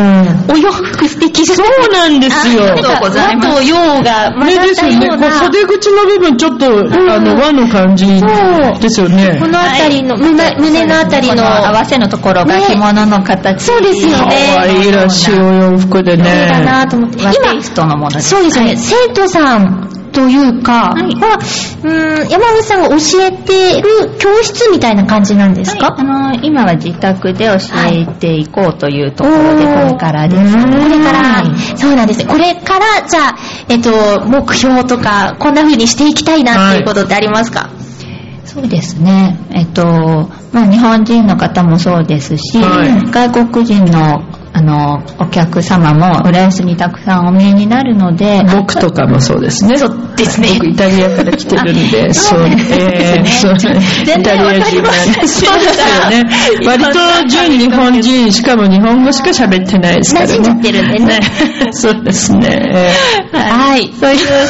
A: お洋服素敵じゃ
C: そ
A: ないう
C: なんですよ。
A: なんか和と洋が混
C: ね
A: ざっ
C: です
A: た
C: よね。
A: よう
C: こう
A: な。
C: 袖口の部分ちょっと、あの、和の感じですよね
A: こ。のあたりの、胸胸のあたり
G: こ
A: の。
G: の合わせのところが
A: ね
G: 着物の形
A: そうですよ
C: 可
A: ね。
C: 愛いらしいお洋服で
A: そうだ
C: ね。
A: なと思って。
G: 和テ
A: 今
G: イ、ストのものです
A: そうですよね、生徒さんというか、
G: はい
A: まあうん山口さんが教えてる教室みたいな感じなんですか、
G: はいあの今は自宅で教えていこうというところで、
A: はい
G: これからです
A: これから、
G: はい
A: そうなんですね。これから、じゃあ、えっと、目標とか、こんな風にしていきたいなっていうことってありますか、
G: そうですねえっとまあ日本人の方もそうですし、
C: はい
G: 外国人のあのお客様も浦安にたくさんお見えになるので
C: 僕とかもそうですね。
G: そうですね
C: 僕イタリアから来てるんで、そう、えー、そう、イタリア人なんですそうですよね。割と純日本人、しかも日本語しか喋ってないですからね。
A: 馴染んじゃってるんでね。
C: そうですね。
A: はい。そういう。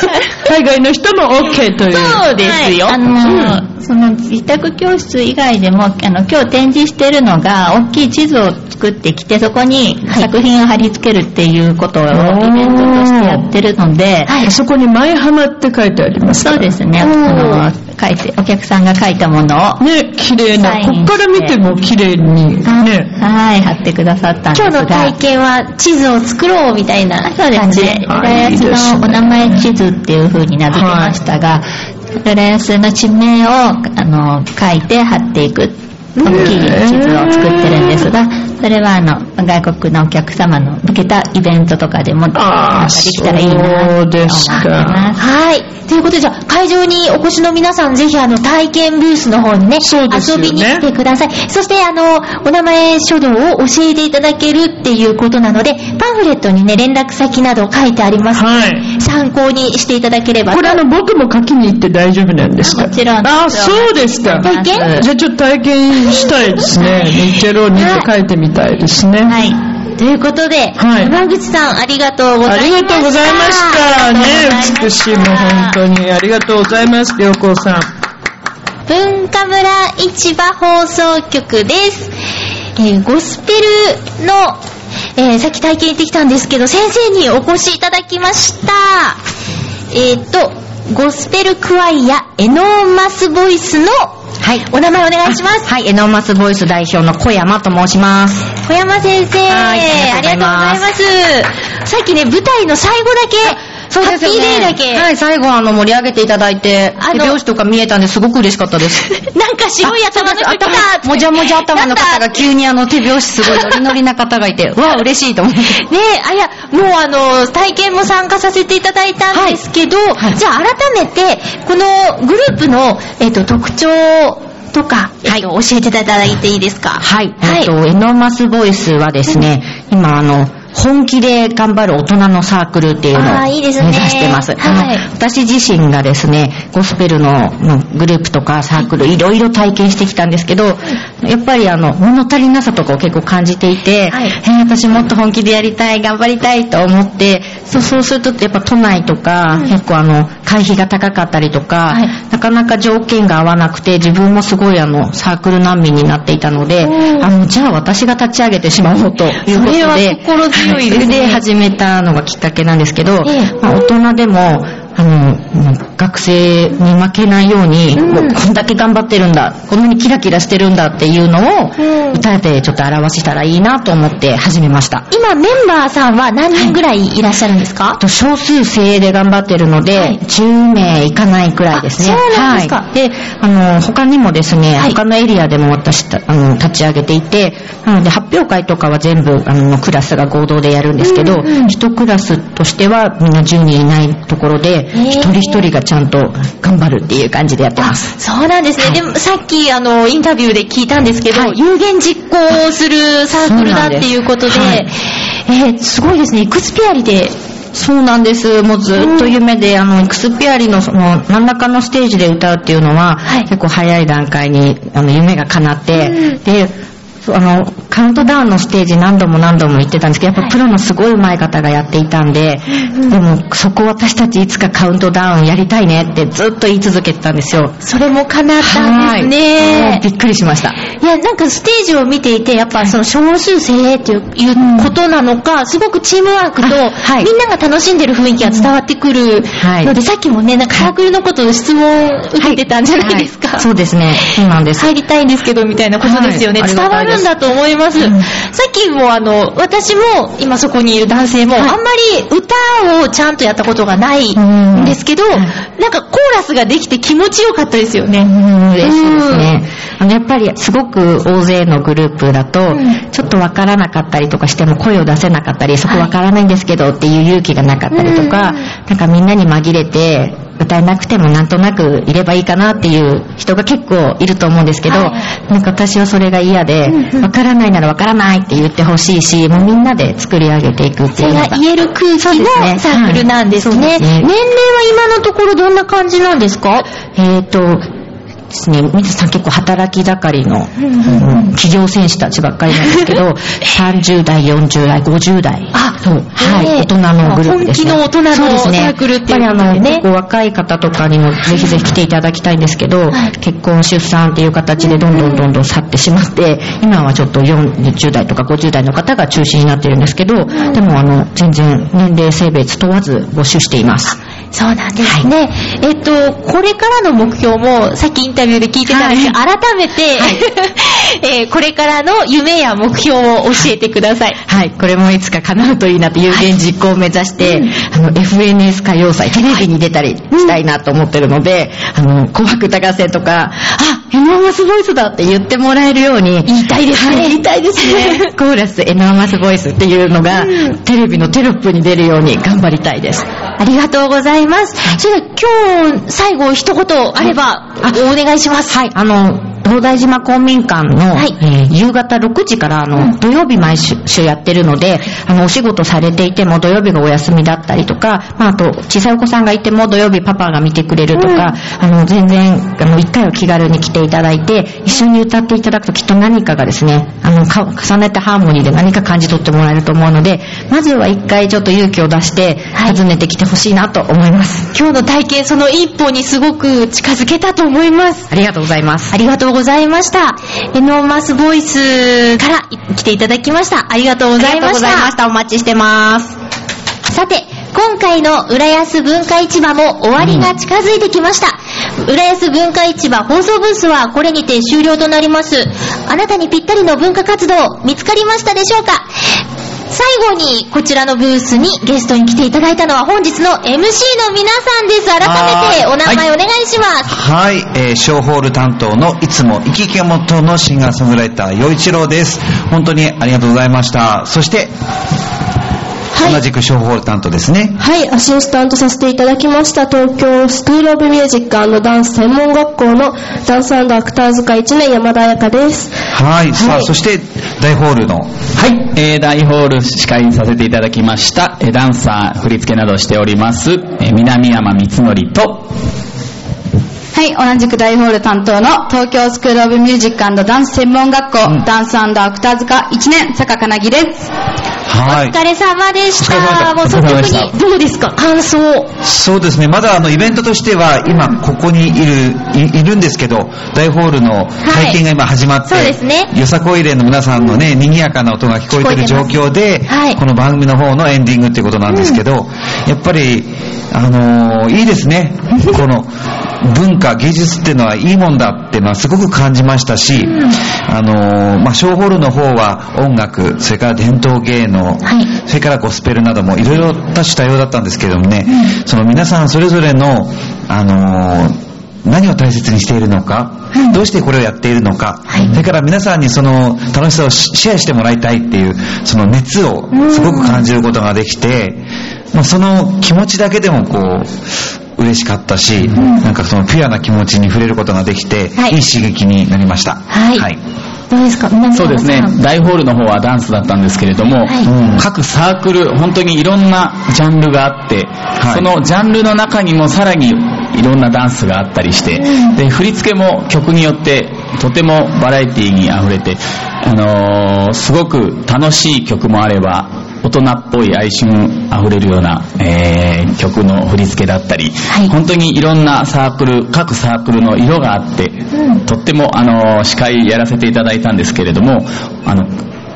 C: 海外の人も OK という。
G: そうですよ。あの、その自宅教室以外でも、あの、今日展示してるのが、大きい地図を作ってきて、そこに作品を貼り付けるっていうことをイベントとしてやってるので、
C: あそこに舞浜って書いてありますか
G: そうですね。あの、書いて、お客さんが書いたものを、は
C: ね、綺麗な。
G: サイ
C: こ
G: ン
C: っから見ても綺麗に。
G: い、
C: ね。
G: 貼ってくださったんです
A: 今
G: が。
A: 日の体験は地図を作ろうみたいな
G: そうで
A: 感じ
G: す
A: で。
G: ね。
C: あ
G: 浦安のお名前地図っていう風に名付けましたが、浦安の地名をあの書いて貼っていく。大きい地図を作ってるんですが、それはあの外国のお客様の向けたイベントとかでも
C: あ
G: なんか
C: あ、
G: で
C: そ
G: きたらいいなと思
C: う
G: って
C: で
G: ます
C: か。
A: はい。ということで、じゃあ、会場にお越しの皆さん、ぜひ、あの、体験ブースの方にね、
C: ですよ
A: 遊
C: ね
A: びに来てください。そして、あの、お名前書道を教えていただけるっていうことなので、パンフレットにね、連絡先など書いてあります。
C: はい。
A: 参考にしていただければ。
C: これあの、僕も書きに行って大丈夫なんですか
G: もちろんです
C: ああ、そうですか。
A: 体験
C: じゃあちょっと体験したいですね。ニッチェローニって書いてみたいですね。
A: はい。ということで、
C: はい
A: 山口さん、ありがとうござ
C: あ
A: い
C: り
A: ました。
C: がとうございました。
A: あ
C: ね
A: りがとうございました、
C: 美しいもう本当に。ありがとうございます、良子さん。
A: 文化村市場放送局です。えーゴスペルの、えーさっき体験行ってきたんですけど、先生にお越しいただきました。えっ、と、ゴスペルクワイアエノーマスボイスの、
H: はい
A: お名前お願いします。
H: はい、エノーマスボイス代表の小山と申します。
A: 小山先生、
H: はい
A: あ
H: あ
A: り
H: り
A: が
H: が
A: とうご
H: とうご
A: ざ
H: ざ
A: い
H: い
A: ま。
H: ます
A: さっきね、舞台の最後だけ、ハッピーデーだけ、
H: はい、最後あの盛り上げていただいて、
A: あの
H: 手拍子とか見えたんですごく嬉しかったです。
A: なんか白い頭の人来たって
H: もじゃもじゃ頭の
A: な
H: 方
A: んだ
H: が急にあの手拍子すごいノリノリな方 がいて、うわあ嬉しいと思って。
A: ねえ、あいや、もうあの、体験も参加させていただいたんですけど、じゃあ改めて、このグループの、えっと、特徴とか、えっと教えていただいていいですか
H: はい。えっと、エノーマスボイスはですね、今あの、本気で頑張る大人のサークルっていうのを
A: あーい
H: 目
A: い
H: 指
A: ですね
H: してます。
A: はい
H: あの私自身がですね、ゴスペルののグループとかサークル、いろいろ体験してきたんですけど、やっぱりあの、物足りなさとかを結構感じていて、
A: はい
H: えー私もっと本気でやりたい、頑張りたいと思って、そうそうするとやっぱ都内とか、結構あの、会費が高かったりとか、なかなか条件が合わなくて、自分もすごいあの、サークル難民になっていたので、あの、じゃあ私が立ち上げてしまおうというこ
A: そ
H: とで、
A: れは心強いですね
H: それで始めたのがきっかけなんですけど、まあ大人でも、あの、学生に負けないように、もうこんだけ頑張ってるんだ、こんなにキラキラしてるんだっていうのを、歌でちょっと表せたらいいなと思って始めました。
A: 今メンバーさんは何人ぐらいいらっしゃるんですか、
H: あと少数精鋭で頑張ってるので、10名いかないくらいですね。
A: あそうなんですか
H: はい、で、あの、他にもですね、他のエリアでも私た、あの、立ち上げていて、なので発表会とかは全部、あの、クラスが合同でやるんですけど、一、クラスとしてはみんな10人いないところで、
A: ー
H: 一人一人がちゃんと頑張るっていう感じでやってます。
A: そうなんですね。でもさっきあのインタビューで聞いたんですけど、有言実行をするサークルだっていうことで、
H: そうなんで
A: えーすごいですね。イクスピアリで。
H: そうなんです。もうずっと夢で、あの、エクスピアリのその、真ん中のステージで歌うっていうのは、結構早い段階に、あの、夢が叶って、で、そうあの、カウントダウンのステージ何度も何度も行ってたんですけど、やっぱプロのすごい上手い方がやっていたんで、でも、そこ私たちいつかカウントダウンやりたいねってずっと言い続けてたんですよ。
A: それも叶ったんです
H: はいも
A: ね
H: う。びっくりしました。
A: いや、なんかステージを見ていて、やっぱその少数精鋭っていういうことなのか、すごくチームワークと、みんなが楽しんでる雰囲気が伝わってくるので、さっきもね、なんかサークルのことを質問受けてたんじゃないですか。
H: そうですね。そうなんです。
A: 入りたいんですけど、みたいなことですよね。
H: はい
A: 伝わるんだと思います。さっきもあの、私も、今そこにいる男性も、あんまり歌をちゃんとやったことがないんですけど、なんかコーラスができて気持ちよかったですよね。
H: 嬉しいですね。あの、やっぱりすごく大勢のグループだと、ちょっとわからなかったりとかしても声を出せなかったり、そこわからないんですけどっていう勇気がなかったりとか、なんかみんなに紛れて、歌えなくてもなんとなくいればいいかなっていう人が結構いると思うんですけど、なんか私はそれが嫌で、わからないならわからないって言ってほしいし、もうみんなで作り上げていくっ
A: そ
H: てい
A: れ
H: うの
A: が
H: が。
A: 言える空気のサークルなんですね。
H: はいそうです
A: 年
H: ね
A: 齢は今のところどんな感じなんですか
H: えっ、と、ですね、水さん結構働き盛りの、企業戦士たちばっかりなんです けど、30代、40代、50代。
A: あ、
H: そう。はい。
A: ね
H: 大人のグループです、ね。
A: 本気の大人の
H: そうですね
A: サークルっていう
H: やっぱりあの、
A: ね
H: 結構若い方とかにもぜひぜひ来ていただきたいんですけど、結婚、出産っていう形でどんどんどんどん去ってしまって、今はちょっと40代とか50代の方が中心になってるんですけど、でもあの、全然年齢、性別問わず募集しています。
A: そうなんですね。えっと、これからの目標も、さっきインタビューで聞いてたんですけど、改めて、 えーこれからの夢や目標を教えてください。
H: はい、これもいつか叶うといいなって有言実行を目指して、あの、FNS 歌謡祭、テレビに出たりしたいなと思ってるので、あの、紅白歌合戦とか、あ、エノーマスボイスだって言ってもらえるように、言いたいですね。言いたいです ね。コーラスエノーマスボイスっていうのが、テレビのテロップに出るように頑張りたいです。
A: ありがとうございます。それでは今日、最後一言あれば、お願いします。
H: はい、あの、東大島公民館の、えー夕方6時から、あの、土曜日毎週週やってるので、あの、お仕事されていても土曜日がお休みだったりとか、まあ、あと、小さいお子さんがいても土曜日パパが見てくれるとか、あの、全然、あの、一回は気軽に来ていただいて、一緒に歌っていただくときっと何かがですね、あの、か重ねたハーモニーで何か感じ取ってもらえると思うので、まずは一回ちょっと勇気を出して、訪ねてきてほしいなと思います。
A: 今日の体験、その一歩にすごく近づけたと思います。
H: ありがとうございます。
A: ありがとうございました。エノーマスボイスから来ていただきました。ありがとうございました。
H: た。お待ちしてます。
A: さて、今回の浦安文化市場も終わりが近づいてきました。浦安文化市場放送ブースはこれにて終了となります。あなたにぴったりの文化活動見つかりましたでしょうか最後にこちらのブースにゲストに来ていただいたのは本日の MC の皆さんです。改めてお名前お願いします。
I: はい、えー、ショーホール担当のいつも生き生き元のシンガーソングライター、陽一郎です。本当にありがとうございました。そして、同じく小ホール担当ですね。
J: はい、アシスタントさせていただきました東京スクールオブミュージックダンス専門学校のダンスアクターズ会1年山田彩香です。
I: はい、さあ、そして、大ホールの。
K: はい、えー大ホール司会させていただきました、えーダンサー、振り付けなどをしております、えー南山光則と、
L: はい、同じく大ホール担当の東京スクールオブミュージックダンス専門学校、ダンスアクターズ科1年、坂かなぎです。
I: はい
A: お。疲れ様でし。
I: お疲れ様でしたた
A: もう率直
I: お疲れ様でした
A: に、どうですか感想。
I: そうですね、まだあのイベントとしては、今、ここにいるい、いるんですけど、大ホールの体験が今始まって、
A: そうですね
I: よさこい連の皆さんのね、賑やかな音が聞こえてる
A: 聞
I: 状
A: こえて
I: 況で、
A: はい
I: この番組の方のエンディングってことなんですけど、やっぱり、あのーいいですね、 この、文化、芸術っていうのはいいもんだっていうのはすごく感じましたし、あのーまあ、ショーホールの方は音楽、それから伝統芸能、それからゴスペルなどもいろいろ多種多様だったんですけどもね、その皆さんそれぞれの、あのー何を大切にしているのか、どうしてこれをやっているのか、それから皆さんにその楽しさをシシェアしてもらいたいっていう、その熱をすごく感じることができて、まあ、その気持ちだけでもこう、嬉しかったし、なんかそのピュアな気持ちに触れることができて、
A: はい
I: い、い刺激になりました。
A: はいどうですか南山さ
K: そ
A: ん
K: うですね。、大ホールの方はダンスだったんですけれども、
A: はい
K: 各サークル、本当にいろんなジャンルがあって、そのジャンルの中にもさらにいろんなダンスがあったりして、で、振り付けも曲によってとてもバラエティに溢れて、あのーすごく楽しい曲もあれば、大人っぽい哀愁あふれるような、えー曲の振り付けだったり、本当にいろんなサークル各サークルの色があって、とってもあの司会やらせていただいたんですけれどもあの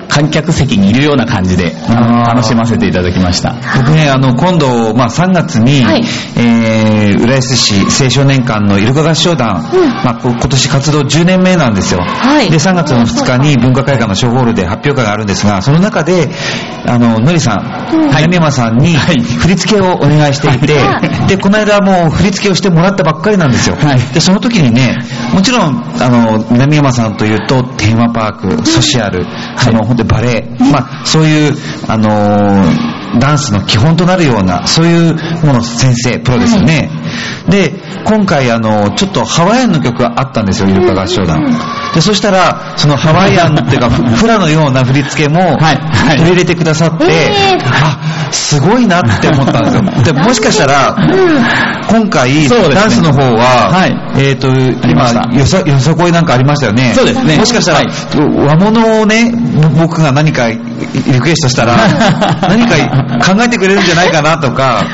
K: 観客席にいるような感じで楽しませていただきました
I: 僕ね、あの、今度、まあ、3月に、えー、浦安市青少年館のイルカ合唱団、まあ、こ今年活動10年目なんですよ。で、3月の2日に文化会館の小ホールで発表会があるんですが、その中で、あの、のりさん、南山さんに振り付けをお願いしていて、で、この間もう振り付けをしてもらったばっかりなんですよ。で、その時にね、もちろん、あの、南山さんというと、テーマパーク、ソシャル、その、本当にバレエ、まあ、そういう、あのーダンスの基本となるような、そういうもの先生、プロですよね。で、今回あの、ちょっとハワイアンの曲があったんですよ、イルカ合唱団。で、そしたら、そのハワイアンっ ていうか、フフラのような振り付けも、取り入れてくださって、あ、すごいなって思ったん ですよ。で、もしかしたら、今回、
K: そうですね
I: ダンスの方は、えっ、と、今、よそ、よそこいなんかありましたよね。
K: そうですね
I: もしかしたら、和物をね、僕が何かリクエストした ら、何か考えてくれるんじゃないかなと か、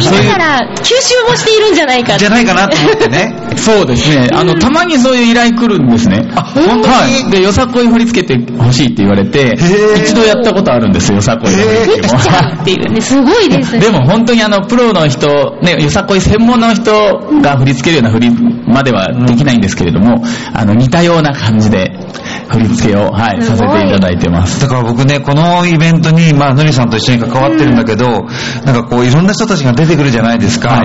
I: そう
A: だ
I: いう
A: か、ら、吸収もしているんじゃないか
I: じゃないかなと思ってね。
K: そうですね。あの、たまにそういう依頼来るんですね。あ、本当はい。で、よさこい振り付けてほしいって言われて、一度やったことあるんですよ、よさこいの振り付けも。
A: すごいですね。
K: でも本当にあのプロの人、ね、よさこい専門の人が振り付けるような振りまではできないんですけれども、あの似たような感じで振り付けを、はい、させていただいてます。
I: だから僕ね、このイベントに、まあ、のりさんと一緒に関わってるんだけど、なんかこう、いろんな人たちが出てくるじゃないですか。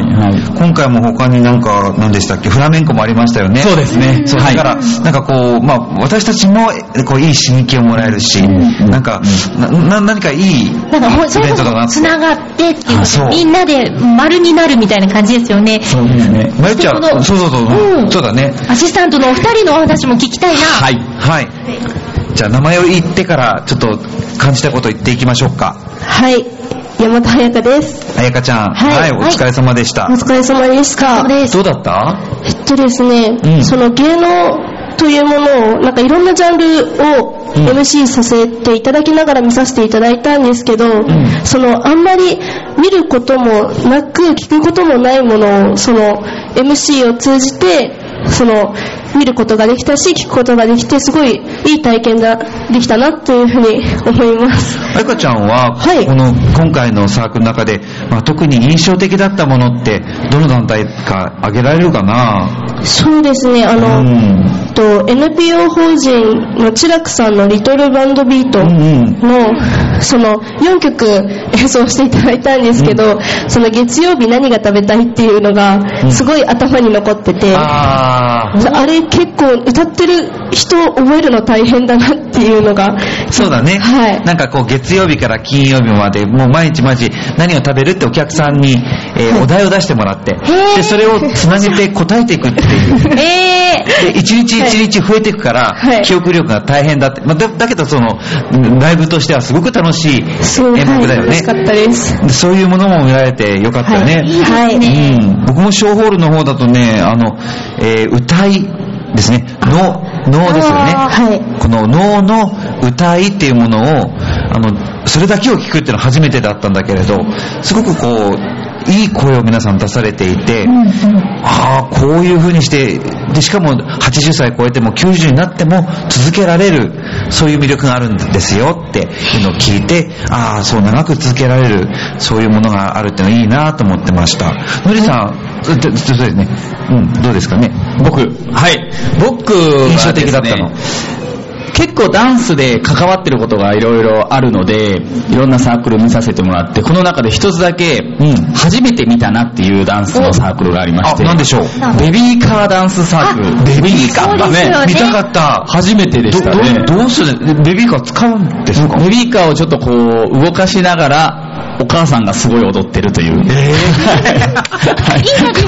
I: 今回も他になんか、何でしたっけ、フラメンコもありましたよね。そうですね。そう、だから、なんかこう、まあ、私たちも、えこう、いい刺激をもらえるし、なんか、な、な何かいいイベン
A: なんかほん、それこ
I: トだな
A: そ
I: って。
A: 繋がってっていう
I: あ
A: か
I: そう
A: みんなで丸になるみたいな感じですよね。
I: そうですね。まゆちゃん、
A: その
I: そうそうそう、
A: うん
I: そうだね。
A: アシスタントのお二人のお話も聞きたいな。
I: はい。はい。じゃあ、名前を言ってから、ちょっと感じたこと言っていきましょうか。
J: はい、山田彩香です。
I: あやかちゃん、
J: は
I: はいい、お疲れ様でした。
J: お疲れ様でした。
I: どうだった
J: えっとですね、
I: うん
J: その芸能というものを、なんかいろんなジャンルを MC させていただきながら見させていただいたんですけど、そのあんまり見ることもなく聞くこともないものを、その MC を通じて、その見ることができたし、聞くことができて、すごいいい体験ができたなというふうに思います。
I: あやかちゃんは、この今回のサークルの中で、まあ、特に印象的だったものって、どの団体か挙げられるかな
J: そうですね、あの、えっと NPO 法人のチラクさんの「リトルバンドビートの」その4曲 演奏していただいたんですけど、その月曜日何が食べたいっていうのがすごい頭に残ってて、あれれ結構歌ってる人を覚えるの大変だなっていうのが
I: そうだね、なんかこう月曜日から金曜日までもう毎日毎日何を食べるってお客さんに、えーお題を出してもらってでそれをつなげて答えていくって いう
A: え
I: で一日一日増えていくから、記憶力が大変だって、まあ、だだけどそのうんライブとしてはすごく楽しい演目だよね、でそういうものも見られてよかったよね、
J: はいいいです
I: うん、僕もショーホールの方だとねあの、えー歌いですね能能ですよね、この能の歌いっていうものをあのそれだけを聞くっていうのは初めてだったんだけれどすごくこういい声を皆さん出されていて、ああこういう風にしてでしかも80歳超えても90になっても続けられるそういう魅力があるんですよっていうのを聞いてああそう長く続けられるそういうものがあるっていうのはいいなと思ってましたのりさんそうそうそうですねうんどうですかね
K: 僕はい僕は、印象的だったの結構ダンスで関わってることがいろいろあるのでいろんなサークル見させてもらってこの中で一つだけ初めて見たなっていうダンスのサークルがありまして
I: おあ何でしょう
K: ベビーカーダンスサークルベビーカーだね
I: そうですよね見た
K: かった初めてでしたね
I: どうするベビーカー使うんですか
K: ベビーカーをちょっとこう動かしながらお母さんがすごい踊ってるという、
A: いい作品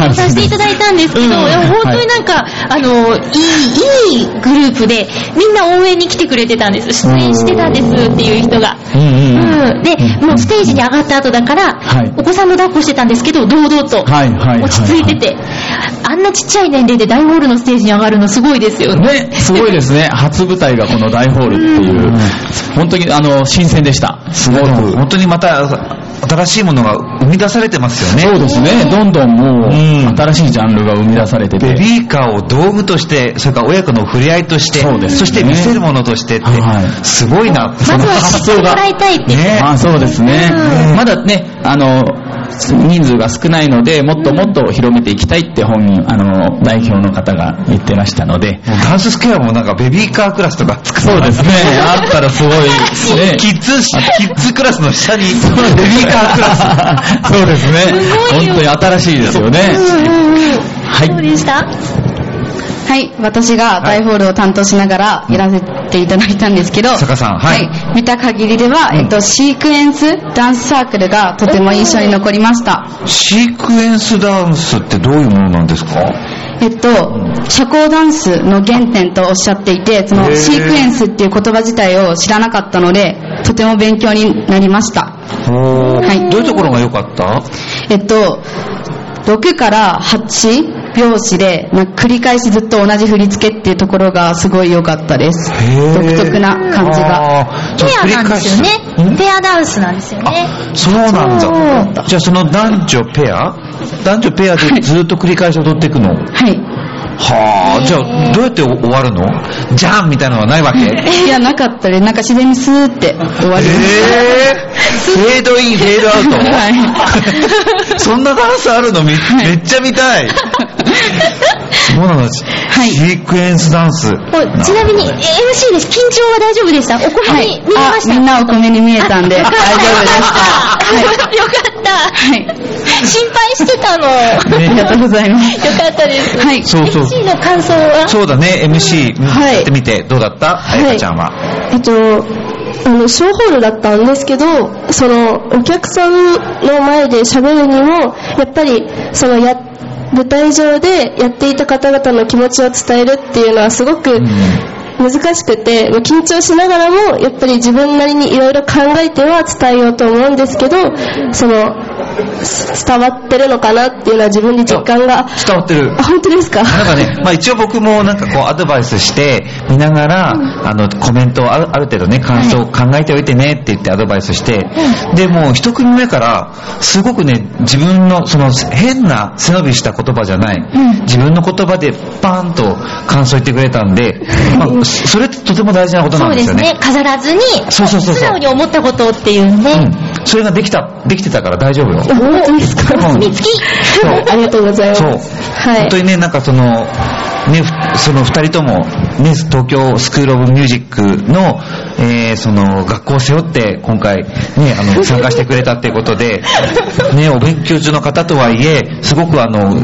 A: をさせていただいたんですけど、いや本当になんか、あの、いい、いいグループで、みんな応援に来てくれてたんです。出演してたんですっていう人が。うんで、もうステージに上がった後だから、お子さんの抱っこしてたんですけど、堂々と、落ち着いてて、あんなちっちゃい年齢で大ホールのステージに上がるのすごいですよね。
K: すごいです ね。初舞台がこの大ホールっていう。本当に、あの、新鮮でした。
I: すごく。本当にまた、新しいものが生み出されてますよね。
K: そうですね。どんどんもう、新しいジャンルが生み出されてて。
I: ベビーカーを道具として、それから親子の触れ合いとして、そ,、して見せるものとしてって、すごいな、そ
A: ま
I: の
A: ずは
I: 発
A: 知って
I: 想
A: も
I: が。
A: らいたいっていう。
K: まあそうですね。まだね、あの、人数が少ないので、もっともっと広めていきたいって本人、あの、代表の方が言ってましたので。
I: ダンススクエアもなんかベビーカークラスとか作
K: そうですね。あったらすごいですね。
I: キッズ、キッズクラスの下に、ベビーカークラス。
K: そうですね。本当に新しいですよね。
L: はい。どうでしたはい、私が大ホールを担当しながらやらせていただいたんですけど、
I: 坂さん、はい。
L: 見た限りでは、えっと、シークエンスダンスサークルがとても印象に残りました。
I: シークエンスダンスってどういうものなんですか
L: えっと、社交ダンスの原点とおっしゃっていて、そ
I: へ
L: の
I: ー
L: シークエンスっていう言葉自体を知らなかったので、とても勉強になりました。
I: はい、どういうところが良かった
L: えっと、6から8拍子で、なんか繰り返しずっと同じ振り付けっていうところがすごい良かったです。独特な感じが。
A: ペアなんですよね。ペアダンスなんですよね。
I: そうなんだ。じゃあその男女ペア男女ペアでずっと繰り返し踊っていくの
L: はい。
I: はあ、じゃあどうやって終わるのじゃんみたいなのはないわけ
L: いや、なかったです。なんか自然にスーって終わりました。
I: フェードイン、フェードアウト、 そんなダンスあるのめ,、めっちゃ見たい。そうなの、シークエンスダンス。
A: おちなみに、え MC です。緊張は大丈夫でしたお米に見えました、みん
L: なお米に見えたんで、大丈夫 でした。
A: よかった。心配してたの。
I: ありがとう
L: ございます。
A: よかったです。
L: はい
I: そうそう
A: MC の感想は
I: そうだね、MC、うん
J: はい
I: やってみて、どうだったあやかちゃんは。
J: えっと、あの、ショーホールだったんですけど、その、お客さんの前で喋るにも、やっぱり、その、や、舞台上でやっていた方々の気持ちを伝えるっていうのはすごく難しくて、まあ緊張しながらも、やっぱり自分なりにいろいろ考えては伝えようと思うんですけど、その、す伝わってるのかなっていうのは自分で実感が。
I: 伝わってる。
J: あ、本当ですか
I: なんか ね、まあ一応僕もなんかこうアドバイスして、見ながら、あの、コメントをあるある程度ね、感想を考えておいてねって言ってアドバイスして、で、もう一組目から、すごくね、自分のその変な背伸びした言葉じゃない、自分の言葉でバーンと感想言ってくれたんで、まあ、それってとても大事なことな
A: そ
I: ん
A: う
I: で
A: ですす
I: よね
A: ね。。飾らずに、
I: そうそうそうそう
A: 素直に思ったことっていうね。
I: うんそれができた、できてたから大丈夫よ。
J: 本当ですか
I: うん
A: みつき
I: そう
J: ありがとうございます。
I: そう。本当にね、なんかその、ね、ふその2人とも、ね、東京スクール・オブ・ミュージックの,、えーその学校を背負って今回、ね、あ の参加してくれたっていうことで、ね、お勉強中の方とはいえすごくあの、ね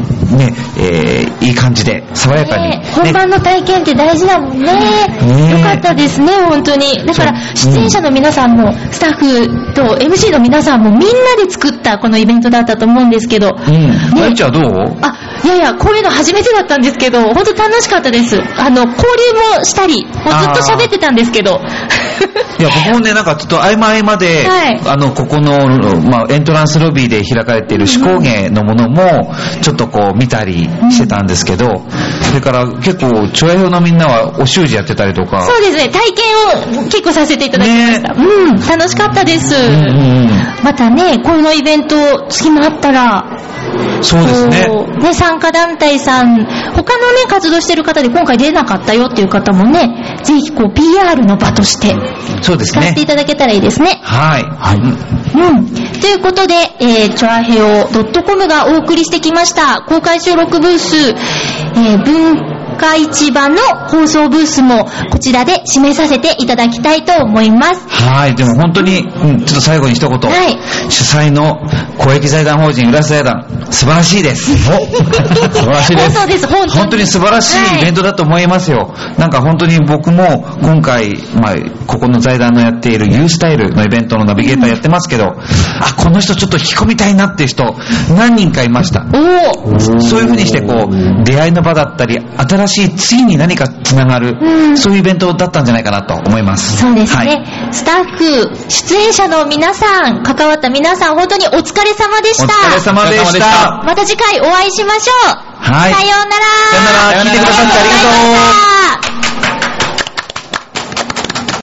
I: えーいい感じで爽やかに、
A: ね本番の体験って大事だもんね。よかったですね、本当に。だから、出演者の皆さんも、スタッフと MC の皆さんも、みんなで作ったこのイベントだったと思うんですけど、
I: うん、まゆちゃんはどう
A: いやいや、こういうの初めてだったんですけど、本当楽しかったです。あの、交流もしたり、もうずっと喋ってたんですけど、
I: いや、僕もね、なんかちょっと合間合間で、
A: はい
I: あの、ここの、まあ、エントランスロビーで開かれている手工芸のものも、ちょっとこう見たりしてたんですけど、それから結構、調和表のみんなはお習字やってたりとか、
A: そうですね、体験を結構させていただきました。うん、楽しかったです。またね、このイベント、次もあったら、
I: そうですね。
A: ね、参加団体さん、他のね、活動してる方で今回出なかったよっていう方もね、ぜひこう PR の場として、
I: そうです
A: 使っ
I: ね
A: て。いただけたらいいですね。
I: はい。
A: うん。ということで、えー、チョアヘオ .com がお送りしてきました、公開収録ブース、えー、文化市場の放送ブースも、こちらで締めさせていただきたいと思います。
I: はい、でも本当に、うん、ちょっと最後に一言。主催の公益財団法人浦瀬財団、素晴らしいです。素晴らしいです。
A: そうです、本当に。
I: 本当に素晴らしいイベントだと思いますよ。なんか本当に僕も今回、まあ、ここの財団のやっているユースタイルのイベントのナビゲーターやってますけど、あ、この人ちょっと引き込みたいなっていう人、何人かいました。そういうふうにして、こう、出会いの場だったり、新しい次に何かつながる、そういうイベントだったんじゃないかなと思います。
A: そうですね、スタッフ、出演者の皆さん、関わった皆さん、本当にお疲れ様でした。
I: お疲れ様でしたお疲れ様でした
A: また次回お会いしましょう。
I: は
A: さよ
I: い。
A: うなら。
I: さようなら。聞いてくださってありがと
A: ありがとうござ
I: う。
A: いました。